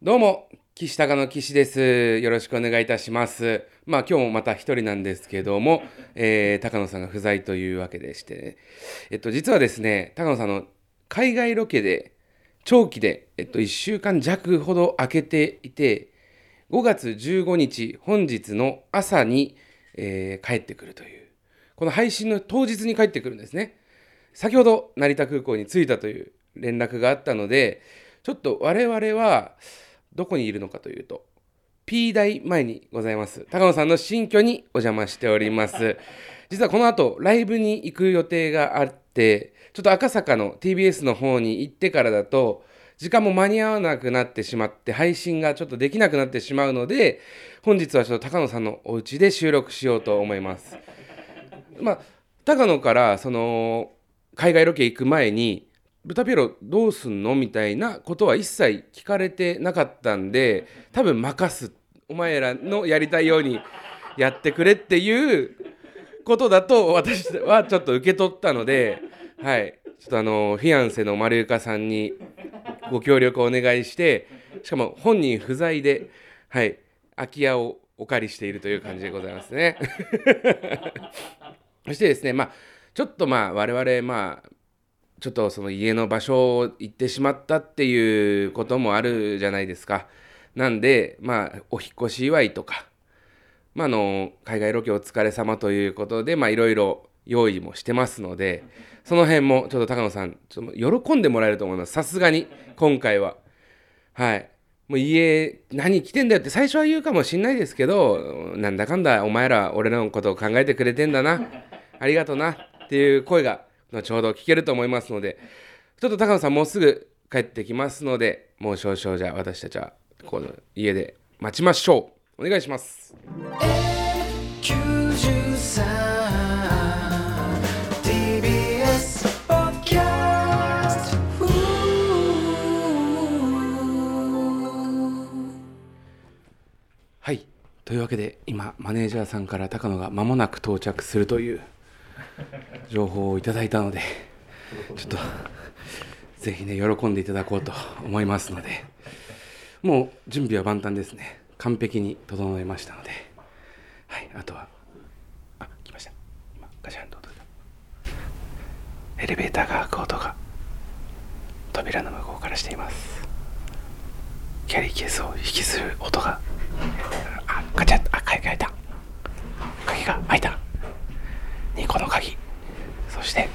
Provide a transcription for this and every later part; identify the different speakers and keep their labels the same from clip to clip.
Speaker 1: どうも、岸高の岸です。よろしくお願いいたします。まあ今日もまた一人なんですけども、えー高野さんが不在というわけでして、ね、えっと実はですね、高野さんあの海外ロケで長期で、えっと、1週間弱ほど空けていて、5月15日本日の朝に、えー帰ってくるという、この配信の当日に帰ってくるんですね。先ほど成田空港に着いたという連絡があったのでちょっと我々はどこにいるのかというと P 台前にございます高野さんの新居にお邪魔しております実はこの後ライブに行く予定があってちょっと赤坂の TBS の方に行ってからだと時間も間に合わなくなってしまって配信がちょっとできなくなってしまうので本日はちょっと高野さんのお家で収録しようと思いますまあ、高野からその海外ロケ行く前に「豚ピエロどうすんの?」みたいなことは一切聞かれてなかったんで多分任すお前らのやりたいようにやってくれっていうことだと私はちょっと受け取ったので、はい、ちょっとあのフィアンセの丸岡さんにご協力をお願いしてしかも本人不在で、はい、空き家をお借りしているという感じでございますね。そしてですね、まあ、ちょっとまあ我々、まあ、ちょっとその家の場所を行ってしまったっていうこともあるじゃないですか。なんで、まあ、お引っ越し祝いとか、まあ、あの海外ロケお疲れ様ということで、まあ、いろいろ用意もしてますので、その辺もちょっと高野さん、ちょっと喜んでもらえると思います。さすがに、今回は。はい。もう家、何来てんだよって最初は言うかもしんないですけど、なんだかんだお前ら俺らのことを考えてくれてんだな。ありがとな。っていう声が、後ほど聞けると思いますので、ちょっと高野さんもうすぐ帰ってきますので、もう少々じゃあ私たちは、この家で待ちましょう。お願いします。
Speaker 2: 93 TBS Podcast
Speaker 1: はい。というわけで、今、マネージャーさんから高野が間もなく到着するという情報をいただいたので、ちょっと、ぜひね、喜んでいただこうと思いますので、もう準備は万端ですね。完璧に整えましたので、はい。あとは、あ、来ました。今、ガシャンと音がエレベーターが開く音が、扉の向こうからしています。キャリーケースを引きずる音があガチャッあ鍵が開いた鍵が開いた2個の鍵そして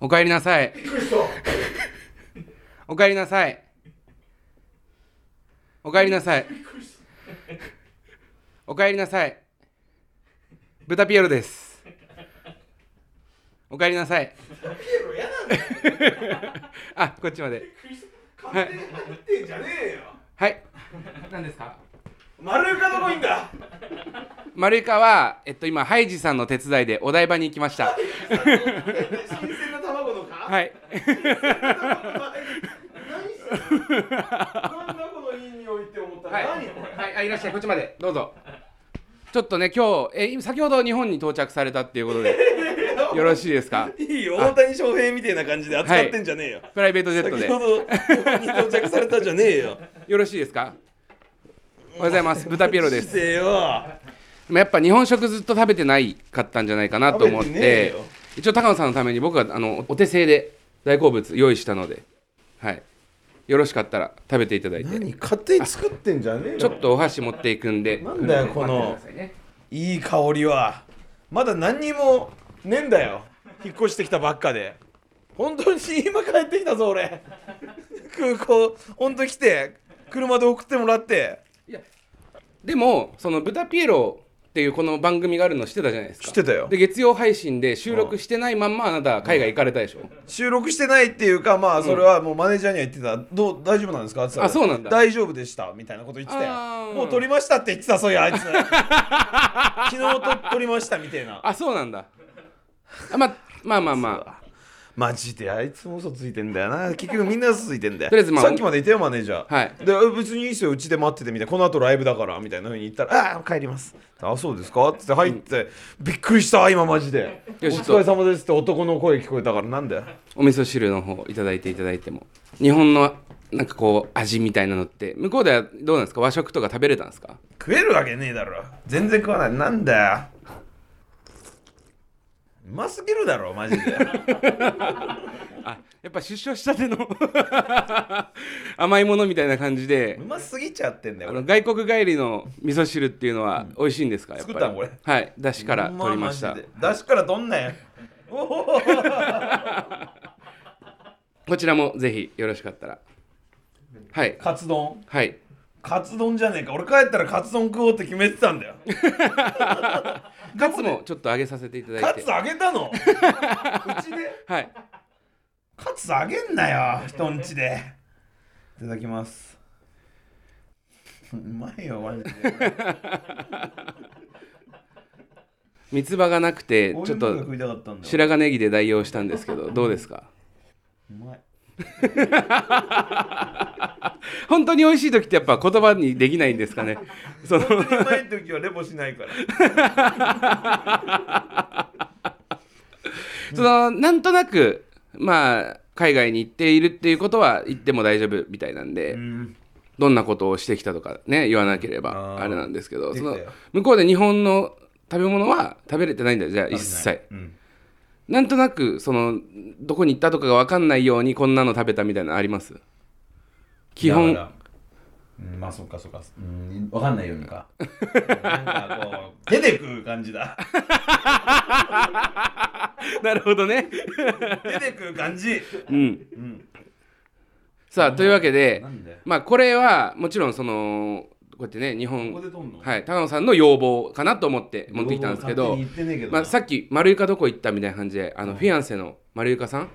Speaker 1: おかえりなさいおかえりなさいおかえりなさいおかえりなさい。豚ピエロです。おかえりなさい。あ、こっちまで。
Speaker 3: 勝手に入ってんじゃねえよ
Speaker 1: はい。何ですか。
Speaker 3: 丸岡どこいんだ
Speaker 1: 丸イカは、えっと、今ハイジさんの手伝いでお台場に行きました。
Speaker 3: 新鮮な卵のか
Speaker 1: はい。
Speaker 3: 何してんのなんだこのいい匂いって思ったら、
Speaker 1: はい
Speaker 3: 何これ、
Speaker 1: はい、あいらっしゃいこっちまでどうぞちょっとね今日え今先ほど日本に到着されたっていうことでよろしいですか
Speaker 4: いいよ大谷翔平みたいな感じで扱ってんじゃねえよ、
Speaker 1: プライベートジェット
Speaker 4: 先
Speaker 1: で
Speaker 4: ほどここに到着されたじゃねえ よ
Speaker 1: よろしいですかおはようございます豚ピエロです
Speaker 4: せえよ
Speaker 1: でもやっぱ日本食ずっと食べてないかったんじゃないかなと思っ
Speaker 4: 食べてねえ
Speaker 1: て
Speaker 4: よ
Speaker 1: 一応高野さんのために僕はあのお手製で大好物用意したのではいよろしかったら食べていただいて
Speaker 4: 何
Speaker 3: 勝手に作ってんじゃねえよ
Speaker 1: ちょっとお箸持っていくんで
Speaker 4: なんだよこのいい香りはまだ何にもねえんだよ引っ越してきたばっかで本当に今帰ってきたぞ俺空港本当来て車で送ってもらって
Speaker 1: でもその「豚ピエロ」っていうこの番組があるの知ってたじゃないですか
Speaker 4: 知ってたよ
Speaker 1: で月曜配信で収録してないまんまあなた海外行かれたでしょ、
Speaker 4: 収録してないっていうかまあそれはもうマネージャーには言ってた「どう大丈夫なんですか?」って言ったら
Speaker 1: あそうなんだ
Speaker 4: 大丈夫でした」みたいなこと言ってた
Speaker 1: あー
Speaker 4: よ「もう撮りました」って言ってたそういうあいつ昨日と撮りましたみたいな
Speaker 1: あそうなんだあまあまあまあまあ
Speaker 4: マジであいつも嘘ついてんだよな結局みんな嘘ついてんだよ
Speaker 1: とりあえずまあ
Speaker 4: さっきまでいたよマネージャー
Speaker 1: はい
Speaker 4: であ別にいいっすようちで待っててみたいなこの後ライブだからみたいなふうに言ったら「ああ帰ります」あそうですか?」っつって入って、びっくりした今マジで「お
Speaker 1: よし
Speaker 4: 疲れ様です」って男の声聞こえたからなんだよ
Speaker 1: お味噌汁の方いただいていただいても日本のなんかこう味みたいなのって向こうではどうなんですか和食とか食べれたんですか
Speaker 4: 食えるわけねえだろ全然食わないなんだようますぎるだろ マジで
Speaker 1: あやっぱ出所したての 甘いものみたいな感じで
Speaker 4: うますぎちゃってんだよ
Speaker 1: あ
Speaker 4: これ
Speaker 1: の外国帰りの味噌汁っていうのは美味しいんですか、やっぱり
Speaker 4: 作ったのこれ
Speaker 1: はいだしから取りました、
Speaker 4: 出汁から取んなよおお
Speaker 1: こちらもぜひよろしかったらはい
Speaker 4: カツ丼
Speaker 1: はい
Speaker 4: カツ丼じゃねえか俺帰ったらカツ丼食おうって決めてたんだよ
Speaker 1: カツもちょっと揚げさせていただ
Speaker 4: カ
Speaker 1: いて
Speaker 4: ツあげたのうちで
Speaker 1: はい
Speaker 4: カツあげんなよ人んちでいただきますうまいよマジで
Speaker 1: 三つ葉がなくて
Speaker 4: こう
Speaker 1: ち
Speaker 4: い
Speaker 1: ょ
Speaker 4: う
Speaker 1: っ
Speaker 4: のが
Speaker 1: と
Speaker 4: 食いたかったんだよ
Speaker 1: 白髪ネギで代用したんですけどどうですか
Speaker 4: うまい
Speaker 1: 本当に美味しい時ってやっぱ言葉にできないんですか ねその
Speaker 4: 本当にうまい時はレポしないから
Speaker 1: そのなんとなくまあ海外に行っているっていうことは言っても大丈夫みたいなんで、
Speaker 4: うん
Speaker 1: どんなことをしてきたとかね言わなけれ
Speaker 4: あ
Speaker 1: ば
Speaker 4: ー
Speaker 1: あれなんですけど
Speaker 4: で
Speaker 1: そ
Speaker 4: きたよ
Speaker 1: の向こうで日本の食べ物は食べれてないんだよじゃあ一切
Speaker 4: うん
Speaker 1: なんとなくそのどこに行ったとかが分かんないようにこんなの食べたみたいなのあります基本
Speaker 4: だからうんまあそっかそっか、うん、わかんないようにかなんかこう出てくる感 じだ
Speaker 1: なるほどね
Speaker 4: 出てくる感じ
Speaker 1: うん
Speaker 4: うん
Speaker 1: さあというわけで
Speaker 4: なんで
Speaker 1: まあこれはもちろんそのこうやってね日本
Speaker 4: ここで撮んの
Speaker 1: はい高野さんの要望かなと思って持ってきたんですけど
Speaker 4: 勝手に言ってねえけどな
Speaker 1: まあ、さっき丸床どこ行ったみたいな感じであのフィアンセの丸床さん
Speaker 4: うんフ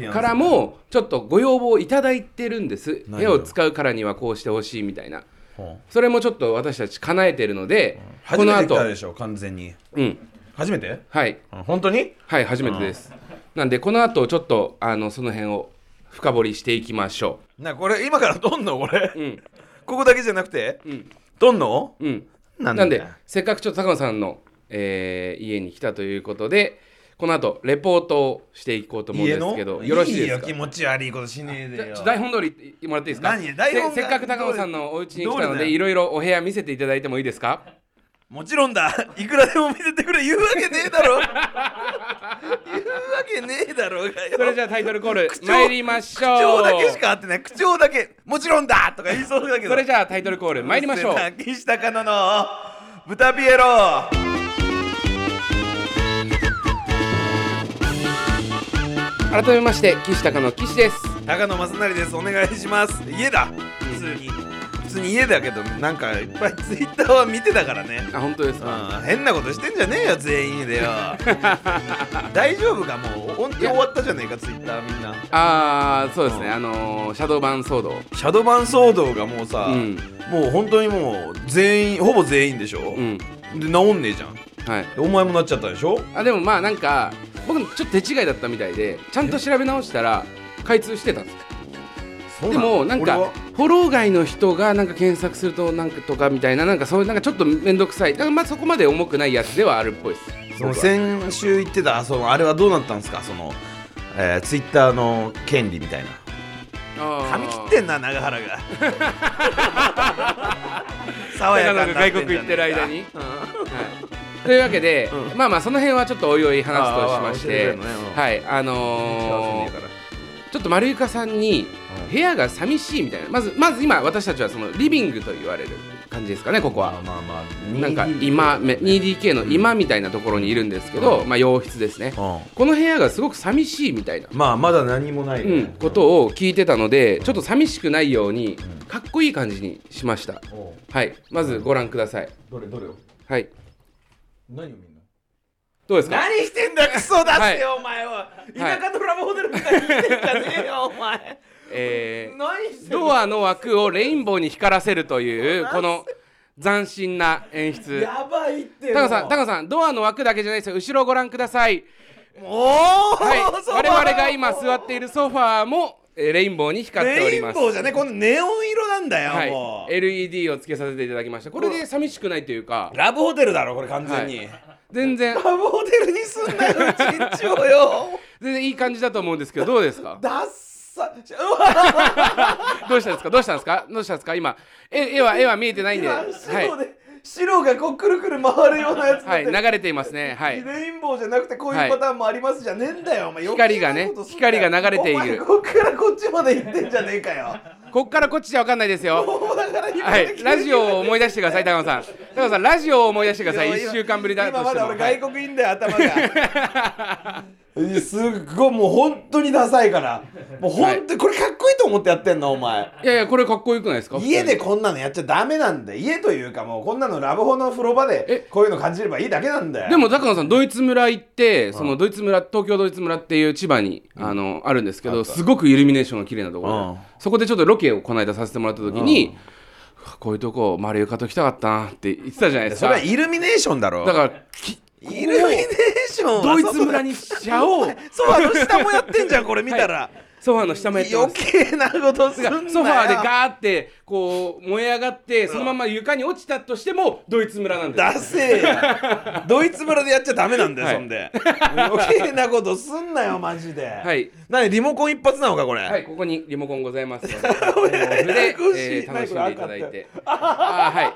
Speaker 4: ィアンセ
Speaker 1: からもちょっとご要望をいただいてるんです
Speaker 4: 何
Speaker 1: 絵
Speaker 4: よ
Speaker 1: を使うからにはこうしてほしいみたいな
Speaker 4: うん
Speaker 1: それもちょっと私たち叶えてるので、
Speaker 4: 初
Speaker 1: この
Speaker 4: めて来
Speaker 1: 後
Speaker 4: たでしょ完全に
Speaker 1: うん
Speaker 4: 初めて
Speaker 1: はい
Speaker 4: うん本当に
Speaker 1: はい初めてです、なんでこの後ちょっとあのその辺を深掘りしていきましょ
Speaker 4: なこれ今から撮んのこれ
Speaker 1: ううん
Speaker 4: ここだけじゃなくて
Speaker 1: うん
Speaker 4: 撮んの
Speaker 1: うん
Speaker 4: な
Speaker 1: なんでせっかくちょっと高野さんの、えー家に来たということでこの後レポートをしていこうと思うん
Speaker 4: 家
Speaker 1: で
Speaker 4: の
Speaker 1: すけどよろしいです
Speaker 4: よ
Speaker 1: か
Speaker 4: 気持ち悪いことしねえ
Speaker 1: じゃ
Speaker 4: で
Speaker 1: あ
Speaker 4: よ
Speaker 1: ちょ台本通り言ってもらっていいですか
Speaker 4: 何台本が
Speaker 1: せせっかく高野さんのお家に来た
Speaker 4: ど
Speaker 1: の
Speaker 4: れ
Speaker 1: で
Speaker 4: だよ
Speaker 1: いろいろお部屋見せていただいてもいいですか
Speaker 4: もちろんだ いくらでも見せてくれ言うわけねえだ ろ言うわけねえだろうがよ
Speaker 1: それじゃあタイトルコール
Speaker 4: 口調
Speaker 1: 参りましょう
Speaker 4: 口調だけしか合ってない口調だけもちろんだとか言いそうだけど
Speaker 1: それじゃあタイトルコール参りましょう
Speaker 4: 岸田かなの豚ピエロ
Speaker 1: 改めまして岸高の岸です
Speaker 4: 高野正成ですお願いします家だ普通に普通に家だけどなんかいっぱいツイッターは見てたからね
Speaker 1: あ本当です
Speaker 4: う
Speaker 1: か
Speaker 4: ん変なことしてんじゃねえよ全員 でよ大丈夫かもう本当に終わったじゃねえかツイッターみんな
Speaker 1: ああそうですね
Speaker 4: うん
Speaker 1: あのーシャドーバン騒動
Speaker 4: シャドバン騒動がもうさ、
Speaker 1: うん
Speaker 4: もう本当にもう全員ほぼ全員でしょ、
Speaker 1: うん
Speaker 4: で治んねえじゃんで
Speaker 1: はい
Speaker 4: お前もなっちゃったでしょ
Speaker 1: あでもまあなんか僕ちょっと手違いだったみたいでちゃんと調べ直したら開通してたんです
Speaker 4: そう
Speaker 1: で
Speaker 4: なの
Speaker 1: もなん
Speaker 4: 俺
Speaker 1: か
Speaker 4: は
Speaker 1: フォロー外の人がなんか検索するとなんかとかみたいななんかそういうなんかちょっと面倒くさいだからまあそこまで重くないやつではあるっぽいです
Speaker 4: その先週言ってたそのあれはどうなったんですかその、えー、ツイッターの権利みたいな髪切ってんな長原 が爽やかになってんじゃねえか
Speaker 1: 外国行ってる間に、はい、というわけで、まあまあその辺はちょっとおいおい話すとしまして
Speaker 4: あーまあ教えてくれるのねうん
Speaker 1: はいあ
Speaker 4: 幸せ
Speaker 1: のー
Speaker 4: ねえから
Speaker 1: ちょっと丸床さんに
Speaker 4: うん
Speaker 1: 部屋が寂しいみたいなまずまず今私たちはそのリビングと言われる感じですかねここは
Speaker 4: まあまあまあ
Speaker 1: なんか今め 2DK の今みたいなところにいるんですけど、まあ、洋室ですね、
Speaker 4: う
Speaker 1: この部屋がすごく寂しいみたいな、
Speaker 4: んまあまだ何もない、
Speaker 1: う
Speaker 4: ね
Speaker 1: ん、ことを聞いてたのでちょっと寂しくないようにかっこいい感じにしました
Speaker 4: おう
Speaker 1: はいまずご覧ください
Speaker 4: どれどれを
Speaker 1: はい
Speaker 4: 何を見んの
Speaker 1: どうですか
Speaker 4: 何してんだクソ出
Speaker 1: は
Speaker 4: して
Speaker 1: い
Speaker 4: よ、お前は田舎ドラマホテルみたいに生きてんじゃねえよお前
Speaker 1: えー
Speaker 4: 何してんの
Speaker 1: ドアの枠をレインボーに光らせるというこの斬新な演出
Speaker 4: やばいって
Speaker 1: タカさんタカ
Speaker 4: カ
Speaker 1: さんドアの枠だけじゃないですよ後ろをご覧ください
Speaker 4: おー
Speaker 1: はい、
Speaker 4: そう
Speaker 1: 我々が今座っているソファーも、えーレインボーに光ってお
Speaker 4: レイ
Speaker 1: り
Speaker 4: ン
Speaker 1: ます
Speaker 4: ボーじゃねこのネオン色なんだよ、も
Speaker 1: は
Speaker 4: う
Speaker 1: い、LED をつけさせていただきましたこれで寂しくないというか
Speaker 4: ラブホテルだろこれ完全に、
Speaker 1: はい全然
Speaker 4: ラブホテルに住んだようちんちを よ
Speaker 1: 全然いい感じだと思うんですけどどうですか
Speaker 4: ダッサうわ
Speaker 1: どうしたんですかどうしたんですかどうしたんですか今絵絵は絵は見えてないんで、は
Speaker 4: 今白
Speaker 1: い
Speaker 4: で、白がこうくるくる回るようなやつ
Speaker 1: はい、
Speaker 4: だ
Speaker 1: 流
Speaker 4: って
Speaker 1: れていますねはい
Speaker 4: レインボーじゃなくてこういうパターンもありますじゃねえんだよ、お前
Speaker 1: 光がね
Speaker 4: 余計なことすんなよ
Speaker 1: 光が流れている
Speaker 4: お前こっからこっちまで行ってんじゃねえか よ
Speaker 1: こっからこっちじゃ分かんないですよ
Speaker 4: もうだから今
Speaker 1: はい、ラジオを思い出してください、高野さん。高野さん、ラジオを思い出してください、
Speaker 4: いや
Speaker 1: 1週間ぶりだと
Speaker 4: 今
Speaker 1: し
Speaker 4: ま
Speaker 1: て
Speaker 4: だ
Speaker 1: も。
Speaker 4: 俺
Speaker 1: はい
Speaker 4: 外国いんだよ頭が えすっごいもう本当にダサいからもう本当にこれかっこいいと思ってやってんのお前
Speaker 1: いやいや、これかっこよくないですか
Speaker 4: 家
Speaker 1: 普
Speaker 4: で
Speaker 1: 通に
Speaker 4: こんなのやっちゃダメなんだよ家というかもうこんなのラブホの風呂場
Speaker 1: え
Speaker 4: でこういうの感じればいいだけなんだよ
Speaker 1: でも高野さんドイツ村行ってそのドイツ村東京ドイツ村っていう千葉に、あのあるんですけどすごくイルミネーションが綺麗なところで、そこでちょっとロケをこの間させてもらった時に、うわこういうとこ丸床と来たかったなって言ってたじゃないです
Speaker 4: そ
Speaker 1: か
Speaker 4: れはイルミネーションだろ
Speaker 1: だからき
Speaker 4: イルミネーションは
Speaker 1: ドイツ村にしちゃおう
Speaker 4: そうあの下もやってんじゃんこれ見たら、
Speaker 1: ソファーの下もやってま
Speaker 4: 余
Speaker 1: す
Speaker 4: 計なことすんなよ
Speaker 1: ソファーでガーってこう燃え上がってそのまま床に落ちたとしてもドイツ村なんです
Speaker 4: ダセえやドイツ村でやっちゃダメなんだよ、
Speaker 1: はい
Speaker 4: そんで余計なことすんなよマジではい何リモコン一発なのかこれ、
Speaker 1: はい、ここにリモコンございますの で、これで、えー、楽しんでいただいて。あーはい。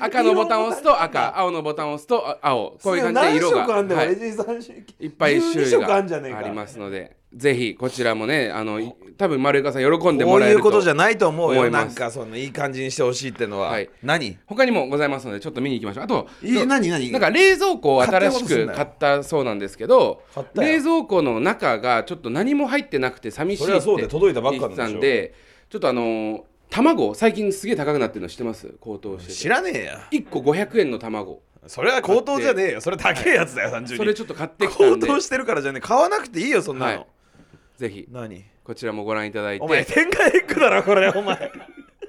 Speaker 1: 赤のボタンを押すと赤、青のボタンを押すとあ青、こういう感じで色
Speaker 4: 何色あんだ
Speaker 1: が、
Speaker 4: よ、
Speaker 1: はい、
Speaker 4: い
Speaker 1: いっぱい種類が
Speaker 4: あ
Speaker 1: あ
Speaker 4: んじゃねえか
Speaker 1: りますので、ぜひこちらもね、あのい多分丸岡さん喜んで
Speaker 4: こ
Speaker 1: も
Speaker 4: う
Speaker 1: ら
Speaker 4: い
Speaker 1: え
Speaker 4: う
Speaker 1: ると。
Speaker 4: ことじゃないと思う
Speaker 1: 思
Speaker 4: よ
Speaker 1: い
Speaker 4: な
Speaker 1: ま
Speaker 4: ん
Speaker 1: す
Speaker 4: かそのいい感じにしてほしいってのは、
Speaker 1: はい
Speaker 4: 何
Speaker 1: 他にもございますので、ちょっと見に行きましょう。あと、
Speaker 4: え何何
Speaker 1: なんか冷蔵庫を新し
Speaker 4: 勝手なことすん
Speaker 1: く
Speaker 4: なよ
Speaker 1: 買ったそうなんですけど
Speaker 4: 買ったよ
Speaker 1: 冷蔵庫の中がちょっと何も入ってなくて寂しいっ
Speaker 4: そ
Speaker 1: て
Speaker 4: りゃそうだよ届いたばっか
Speaker 1: 言
Speaker 4: なん
Speaker 1: ってた
Speaker 4: でしょ
Speaker 1: んでちょっとあのー卵最近すげえ高くなってるの知ってます高騰してて
Speaker 4: 知らねえよ
Speaker 1: 1個500円の卵
Speaker 4: それは高騰じゃねえよそれ高えやつだよ単純
Speaker 1: そ
Speaker 4: に
Speaker 1: れちょっと買ってきた
Speaker 4: 高
Speaker 1: んで
Speaker 4: 騰してるからじゃねえ買わなくていいよそんなの、
Speaker 1: はいぜひ
Speaker 4: 何
Speaker 1: こちらもご覧いただいて
Speaker 4: お前天下エッグだろこれお前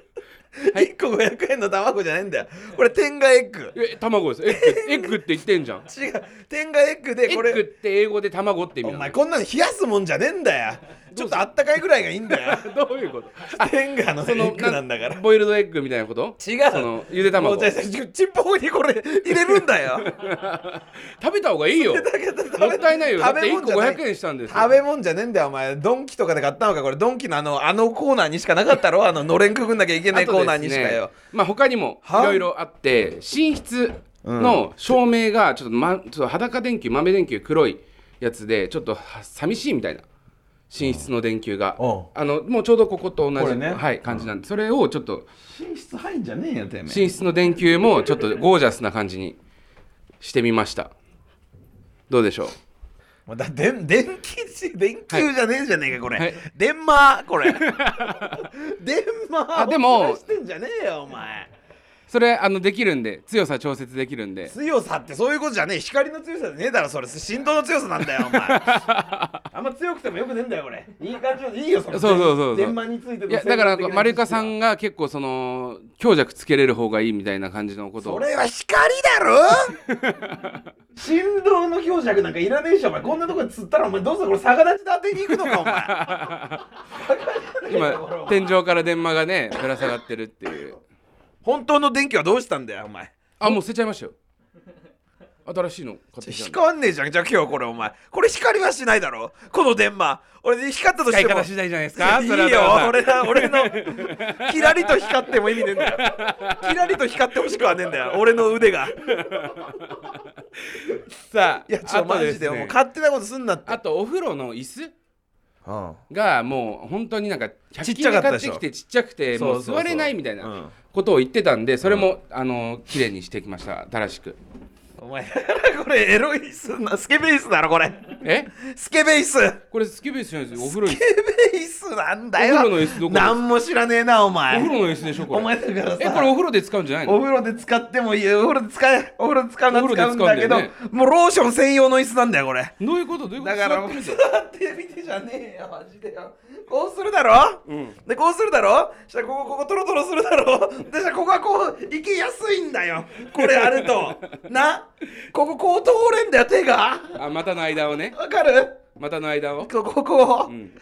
Speaker 1: い
Speaker 4: 1個500円の卵じゃないんだよこれ天下エッグ
Speaker 1: え卵ですエッグエッグって言ってんじゃん
Speaker 4: 違う天下エッグ
Speaker 1: エ
Speaker 4: でこ
Speaker 1: ッグっ
Speaker 4: れ
Speaker 1: て英語で卵って意味な
Speaker 4: お
Speaker 1: の
Speaker 4: 前こんなの冷やすもんじゃねえんだよちょっとあったかいぐらいがいいんだよ
Speaker 1: どういうこと
Speaker 4: 天下のエ
Speaker 1: その
Speaker 4: ッグなんだから
Speaker 1: ボイルドエッグみたいなこと
Speaker 4: 違
Speaker 1: その
Speaker 4: う
Speaker 1: ゆで
Speaker 4: も
Speaker 1: 卵
Speaker 4: うじゃあ
Speaker 1: 食
Speaker 4: じゃあちっぽにこれ入れるんだよ
Speaker 1: べた方がいい よもったいないよだっ
Speaker 4: 食
Speaker 1: て
Speaker 4: べ
Speaker 1: 1個
Speaker 4: 物じゃない
Speaker 1: 500円したんですよ
Speaker 4: 食べ物じゃねえんだよお前ドンキとかで買ったのかこれドンキのあのあのコーナーにしかなかったろあののれんくぐんなきゃいけないコーナーにしか
Speaker 1: あと
Speaker 4: よ
Speaker 1: ですね、まあ他にもいろいろあって寝室の照明がちょっと,、ま、ちょっと裸電球豆電球黒いやつでちょっとは寂しいみたいな寝室の電球が、
Speaker 4: うん
Speaker 1: あのもうちょうどここと同
Speaker 4: こ
Speaker 1: じ、
Speaker 4: れね
Speaker 1: はい、感じなんで、それをちょっと
Speaker 4: 寝室入んじゃねえよてめ
Speaker 1: 寝室の電球もちょっとゴージャスな感じにしてみましたどうでしょう
Speaker 4: もうだで電気し電球じゃねえじゃねえかこれ、
Speaker 1: はい
Speaker 4: 電マこ れ電マ
Speaker 1: あでも
Speaker 4: 出してんじゃねえよお前
Speaker 1: それあのできるんで強さ調節できるんで
Speaker 4: 強さってそういうことじゃねえ光の強さじゃねえだろそれ振動の強さなん だよお前あんま強くてもよくねえんだよこれいい感じのいいよそ
Speaker 1: そ
Speaker 4: の
Speaker 1: うそうそうそう
Speaker 4: 電マについての
Speaker 1: いやだから
Speaker 4: 専門的な知識は
Speaker 1: 丸岡さんが結構その強弱つけれる方がいいみたいな感じのことを
Speaker 4: それは光だろ 振動の強弱なんかいらねえしお前こんなとこで釣ったらお前どうせこれ逆立ちで当てに行くのかお前
Speaker 1: 今天井から電話がねぶら下がってるっていう
Speaker 4: 本当の電気はどうしたんだよお前
Speaker 1: あもう捨てちゃいましたよ新しいの買ってきたんで
Speaker 4: 光んねえじゃんじゃあ今日これお前これ光はしないだろこの電話俺で光ったと
Speaker 1: 使
Speaker 4: し
Speaker 1: い
Speaker 4: ても
Speaker 1: 方次第じゃないですか
Speaker 4: いい
Speaker 1: それは
Speaker 4: よ
Speaker 1: 高
Speaker 4: 俺ら俺のキラリと光っても意味ねえんだよキラリと光ってほしくはねえんだよ俺の腕がい
Speaker 1: さあ
Speaker 4: やちょ
Speaker 1: あと
Speaker 4: マ
Speaker 1: で
Speaker 4: ジ
Speaker 1: す
Speaker 4: で
Speaker 1: ね
Speaker 4: もう勝手なことすんなって
Speaker 1: あとお風呂の椅子
Speaker 4: うん
Speaker 1: がもう本当になんか
Speaker 4: ち
Speaker 1: 100
Speaker 4: っちゃ
Speaker 1: 均
Speaker 4: か
Speaker 1: で
Speaker 4: っ
Speaker 1: 買
Speaker 4: たで
Speaker 1: っ
Speaker 4: してょ
Speaker 1: きてちっちゃくて
Speaker 4: そ
Speaker 1: も
Speaker 4: うそう
Speaker 1: う
Speaker 4: そう
Speaker 1: 座れないみたい
Speaker 4: うん
Speaker 1: なことを言ってたんでそれもあの綺麗にしてきました新しく
Speaker 4: お前これエロいすんなスケベイスだろこれ
Speaker 1: え
Speaker 4: スケベイス
Speaker 1: これスケベースじゃないですよお風呂に
Speaker 4: スケベイスなんだよ
Speaker 1: お風呂の椅子どこです
Speaker 4: 何も知らねえなお
Speaker 1: お
Speaker 4: 前
Speaker 1: 風呂の椅子でしょこれ
Speaker 4: お前だからさ
Speaker 1: えこれお風呂で使うんじゃない
Speaker 4: お
Speaker 1: の
Speaker 4: 風呂で使ってもいいよお風呂で使えお風呂で使うのは
Speaker 1: お風
Speaker 4: 使う
Speaker 1: 呂
Speaker 4: ん
Speaker 1: で使う
Speaker 4: だ
Speaker 1: んだ
Speaker 4: け
Speaker 1: よ
Speaker 4: ど
Speaker 1: ね
Speaker 4: もうローション専用の椅子なんだよこれ
Speaker 1: どういうことどういうこと
Speaker 4: だから
Speaker 1: 座
Speaker 4: も
Speaker 1: っ
Speaker 4: う
Speaker 1: てみ
Speaker 4: 座
Speaker 1: て
Speaker 4: ってみてじゃねえよマジでよこうするだろ、でこうするだろしたらここここトロトロするだろでしたらここはこう行きやすいんだよこれあるとなこここう通れんだよ手が
Speaker 1: あ股の間をね
Speaker 4: わかる
Speaker 1: 股の間を
Speaker 4: こここう、
Speaker 1: うん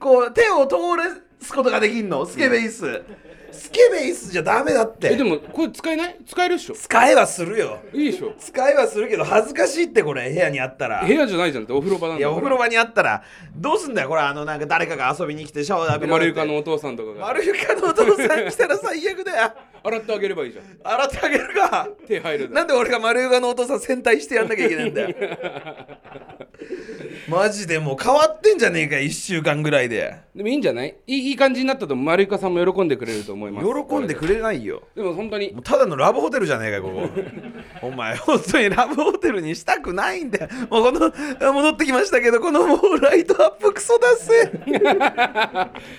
Speaker 4: こう手を通れすことができんのスケベイス、スケベイスじゃダメだって
Speaker 1: えでもこれ使えない使えるっしょ
Speaker 4: 使えはするよ
Speaker 1: いいでしょ
Speaker 4: 使えはするけど恥ずかしいってこれ部屋にあったら
Speaker 1: 部屋じゃないじゃんってお風呂場なんだ
Speaker 4: いやお風呂場にあったらどうすんだよこれあのなんか誰かが遊びに来てシャワー浴び
Speaker 1: マル
Speaker 4: る
Speaker 1: ユカのお父さんとかが
Speaker 4: 丸床のお父さん来たら最悪だよ
Speaker 1: 洗ってあげればいいじゃん
Speaker 4: 洗ってあげるか
Speaker 1: 手入るだ
Speaker 4: なんで俺が丸床のお父さん戦隊してやんなきゃいけない んだよマジでもう変わってんじゃねえか1週間ぐらいで
Speaker 1: でもいいんじゃないいいいい感じになったとマルユカさんも喜んでくれると思います
Speaker 4: 喜んでくれないよ
Speaker 1: でも本当に
Speaker 4: もうただのラブホテルじゃねえかこ こお前本当にラブホテルにしたくないんだよもうこの戻ってきましたけどこのもうライトアップクソだせ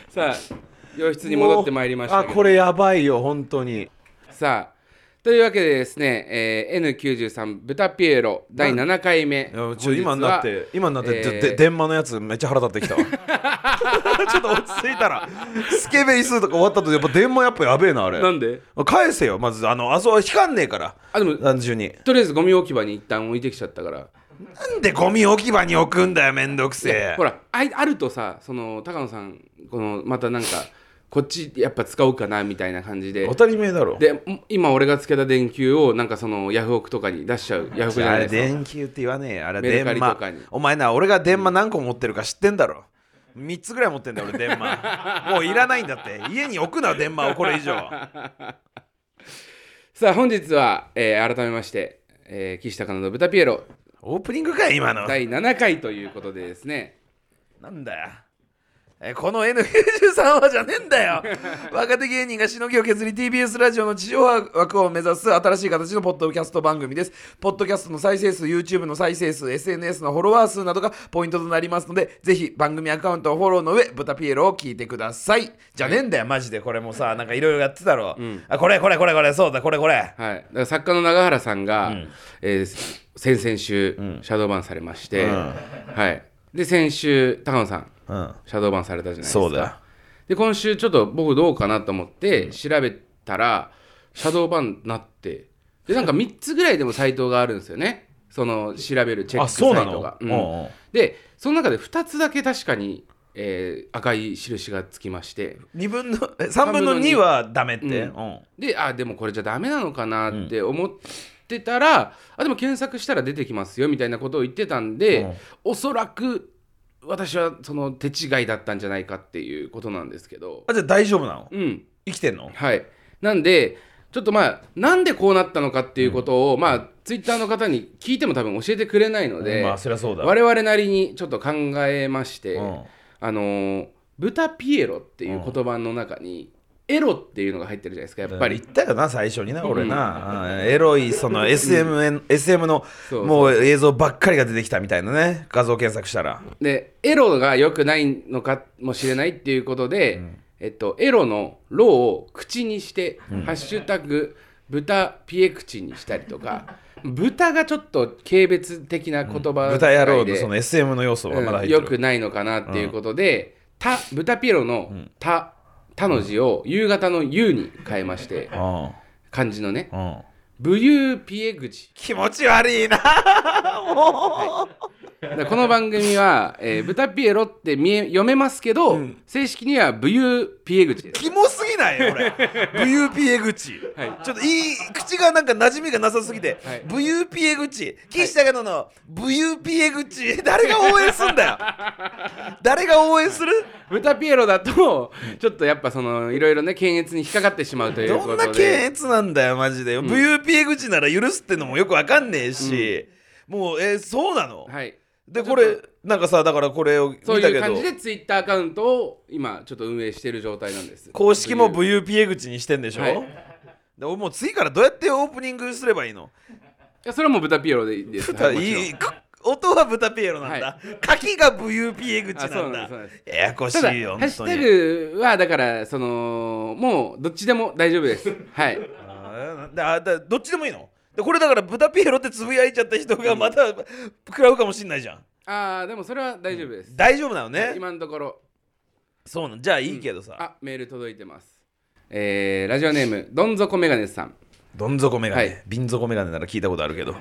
Speaker 1: さあ洋室に戻ってまいりました
Speaker 4: あ
Speaker 1: けど
Speaker 4: これやばいよ本当に
Speaker 1: さあというわけでですね、えー N93 豚ピエロ第7回目
Speaker 4: いやちょ今になって今になって、
Speaker 1: えー
Speaker 4: で電話のやつめっちゃ腹立ってき たわちょっと落ち着いたらスケベイスとか終わったとやっぱ電話やっぱやべえなあれ
Speaker 1: なんで
Speaker 4: 返せよまずあのあそこは光んねえから
Speaker 1: あでも
Speaker 4: 単純に
Speaker 1: とりあえずゴミ置き場に一旦置いてきちゃったから
Speaker 4: なんでゴミ置き場に置くんだよめんどくせえ
Speaker 1: ほらあいあるとさその高野さんこのまたなんかこっちやっぱ使おうかなみたいな感じで
Speaker 4: 当たり前だろ
Speaker 1: でん今俺がつけた電球をなんかそのヤフオクとかに出しちゃうヤフオクじゃな
Speaker 4: あ
Speaker 1: い
Speaker 4: れ
Speaker 1: ですか
Speaker 4: 電球って言わねえよあれ
Speaker 1: メルカ
Speaker 4: 電
Speaker 1: リとか
Speaker 4: 話
Speaker 1: に
Speaker 4: お前な俺が電話何個持ってるか知ってんだろ3つぐらい持ってんだよ俺電 話もういらないんだって家に置くな電話をこれ以上
Speaker 1: さあ本日は、えー改めまして、えー岸高野の豚ピエロ
Speaker 4: オープニングかい今の
Speaker 1: 第7回ということでですね
Speaker 4: なんだよえこの N93 はじゃねえんだ よ若手芸人がしのぎを削り TBS ラジオの地上波枠を目指す新しい形のポッドキャスト番組ですポッドキャストの再生数 YouTube の再生数 SNS のフォロワー数などがポイントとなりますのでぜひ番組アカウントをフォローの上「ブタピエロ」を聞いてくださいじゃねえんだよマジでこれもさなんかいろいろやってたろ、あこれこれこれこれそうだこれこれ
Speaker 1: はい、だから作家の永原さんが、えー先々週、シャドーバンされまして、
Speaker 4: うん
Speaker 1: はい、で先週高野さん
Speaker 4: うん
Speaker 1: シャドーバンされたじゃないですか
Speaker 4: そうだよ
Speaker 1: で今週ちょっと僕どうかなと思って調べたら、シャドーバンなってでなんか3つぐらいでもサイトがあるんですよねその調べるチェックサイトがうんでその中で2つだけ確かに、えー赤い印がつきまして
Speaker 4: 2分の3分の2はダメって、
Speaker 1: うん
Speaker 4: うん
Speaker 1: であでもこれじゃダメなのかなって思ってたら、あでも検索したら出てきますよみたいなことを言ってたんで、
Speaker 4: うん
Speaker 1: おそらく私はその手違いだったんじゃないかっていうことなんですけど
Speaker 4: あじゃあ大丈夫なの
Speaker 1: うん
Speaker 4: 生きてんの
Speaker 1: はいなんでちょっとまあなんでこうなったのかっていうことを、まあツイッターの方に聞いても多分教えてくれないので、
Speaker 4: まあそりゃそうだ
Speaker 1: 我々なりにちょっと考えまして、
Speaker 4: うん
Speaker 1: あのー豚ピエロっていう言葉の中に、エロっていうのが入ってるじゃないですかやっぱり
Speaker 4: 言ったよな最初にな俺な、うんエロい その SM, SM の
Speaker 1: そう
Speaker 4: もう映像ばっかりが出てきたみたいなね画像検索したら
Speaker 1: でエロが良くないのかもしれないっていうことで、えっと、エロの「ロ」を口にして「ハッシュタグ豚ピエ口」にしたりとか豚がちょっと軽蔑的な言葉
Speaker 4: 豚野郎
Speaker 1: で
Speaker 4: のその SM の要素がまだ入って
Speaker 1: よ
Speaker 4: る、
Speaker 1: くないのかなっていうことで「た」豚ピエロの「た」「た」の字を夕方の「夕」に変えまして漢字のね
Speaker 4: うんうん
Speaker 1: 「武勇ピエ口」
Speaker 4: 気持ち悪いなもう、
Speaker 1: だからこの番組 は、えー豚ピエロって見え読めますけど、正式には武勇ピエ口です
Speaker 4: キモすぎない 俺 VUPA 口、
Speaker 1: はい
Speaker 4: ちょっといい口がなんか馴染みがなさすぎて、
Speaker 1: はい
Speaker 4: VUPA 口岸高野の VUPA 口誰が応援すんだよ誰が応援する
Speaker 1: 豚ピエロだとちょっとやっぱそのいろいろね検閲に引っかかってしまうということ
Speaker 4: ど
Speaker 1: で
Speaker 4: んな検閲なんだよマジで、VUPA 口なら許すってのもよくわかんねえし、もうえーそうなの、
Speaker 1: はい
Speaker 4: でこれなんかさだからこれを見
Speaker 1: そう
Speaker 4: た
Speaker 1: い
Speaker 4: け
Speaker 1: う感じで
Speaker 4: ど
Speaker 1: ツイッターアカウントを今ちょっと運営してる状態なんです
Speaker 4: 公式も
Speaker 1: 武勇
Speaker 4: VUPA 口にしてんでしょ、
Speaker 1: はい
Speaker 4: で俺もう次からどうやってオープニングすればいいの、
Speaker 1: いやそれはもう豚ピエロでいいですはいもちろん
Speaker 4: いいく音は豚ピエロなんだ、カキが VUPA 口
Speaker 1: あそ
Speaker 4: な
Speaker 1: うんなんですそう
Speaker 4: だ
Speaker 1: なんです
Speaker 4: ややこしたい
Speaker 1: だハ
Speaker 4: よ
Speaker 1: ッ
Speaker 4: 本
Speaker 1: シ
Speaker 4: 当
Speaker 1: ュタ
Speaker 4: に
Speaker 1: グはだからそのもうどっちでも大丈夫 ですはい
Speaker 4: あーだだどっちでもいいのでこれだから豚ピエロってつぶやいちゃった人がまた食らうかもしんないじゃん
Speaker 1: ああでもそれは大丈夫です、
Speaker 4: 大丈夫なのね
Speaker 1: 今のところ
Speaker 4: そうなんじゃあいいけどさ、
Speaker 1: あメール届いてますえーラジオネームどん底メガネさん
Speaker 4: どん底メガネ、
Speaker 1: はい
Speaker 4: 瓶底メガネなら聞いたことあるけど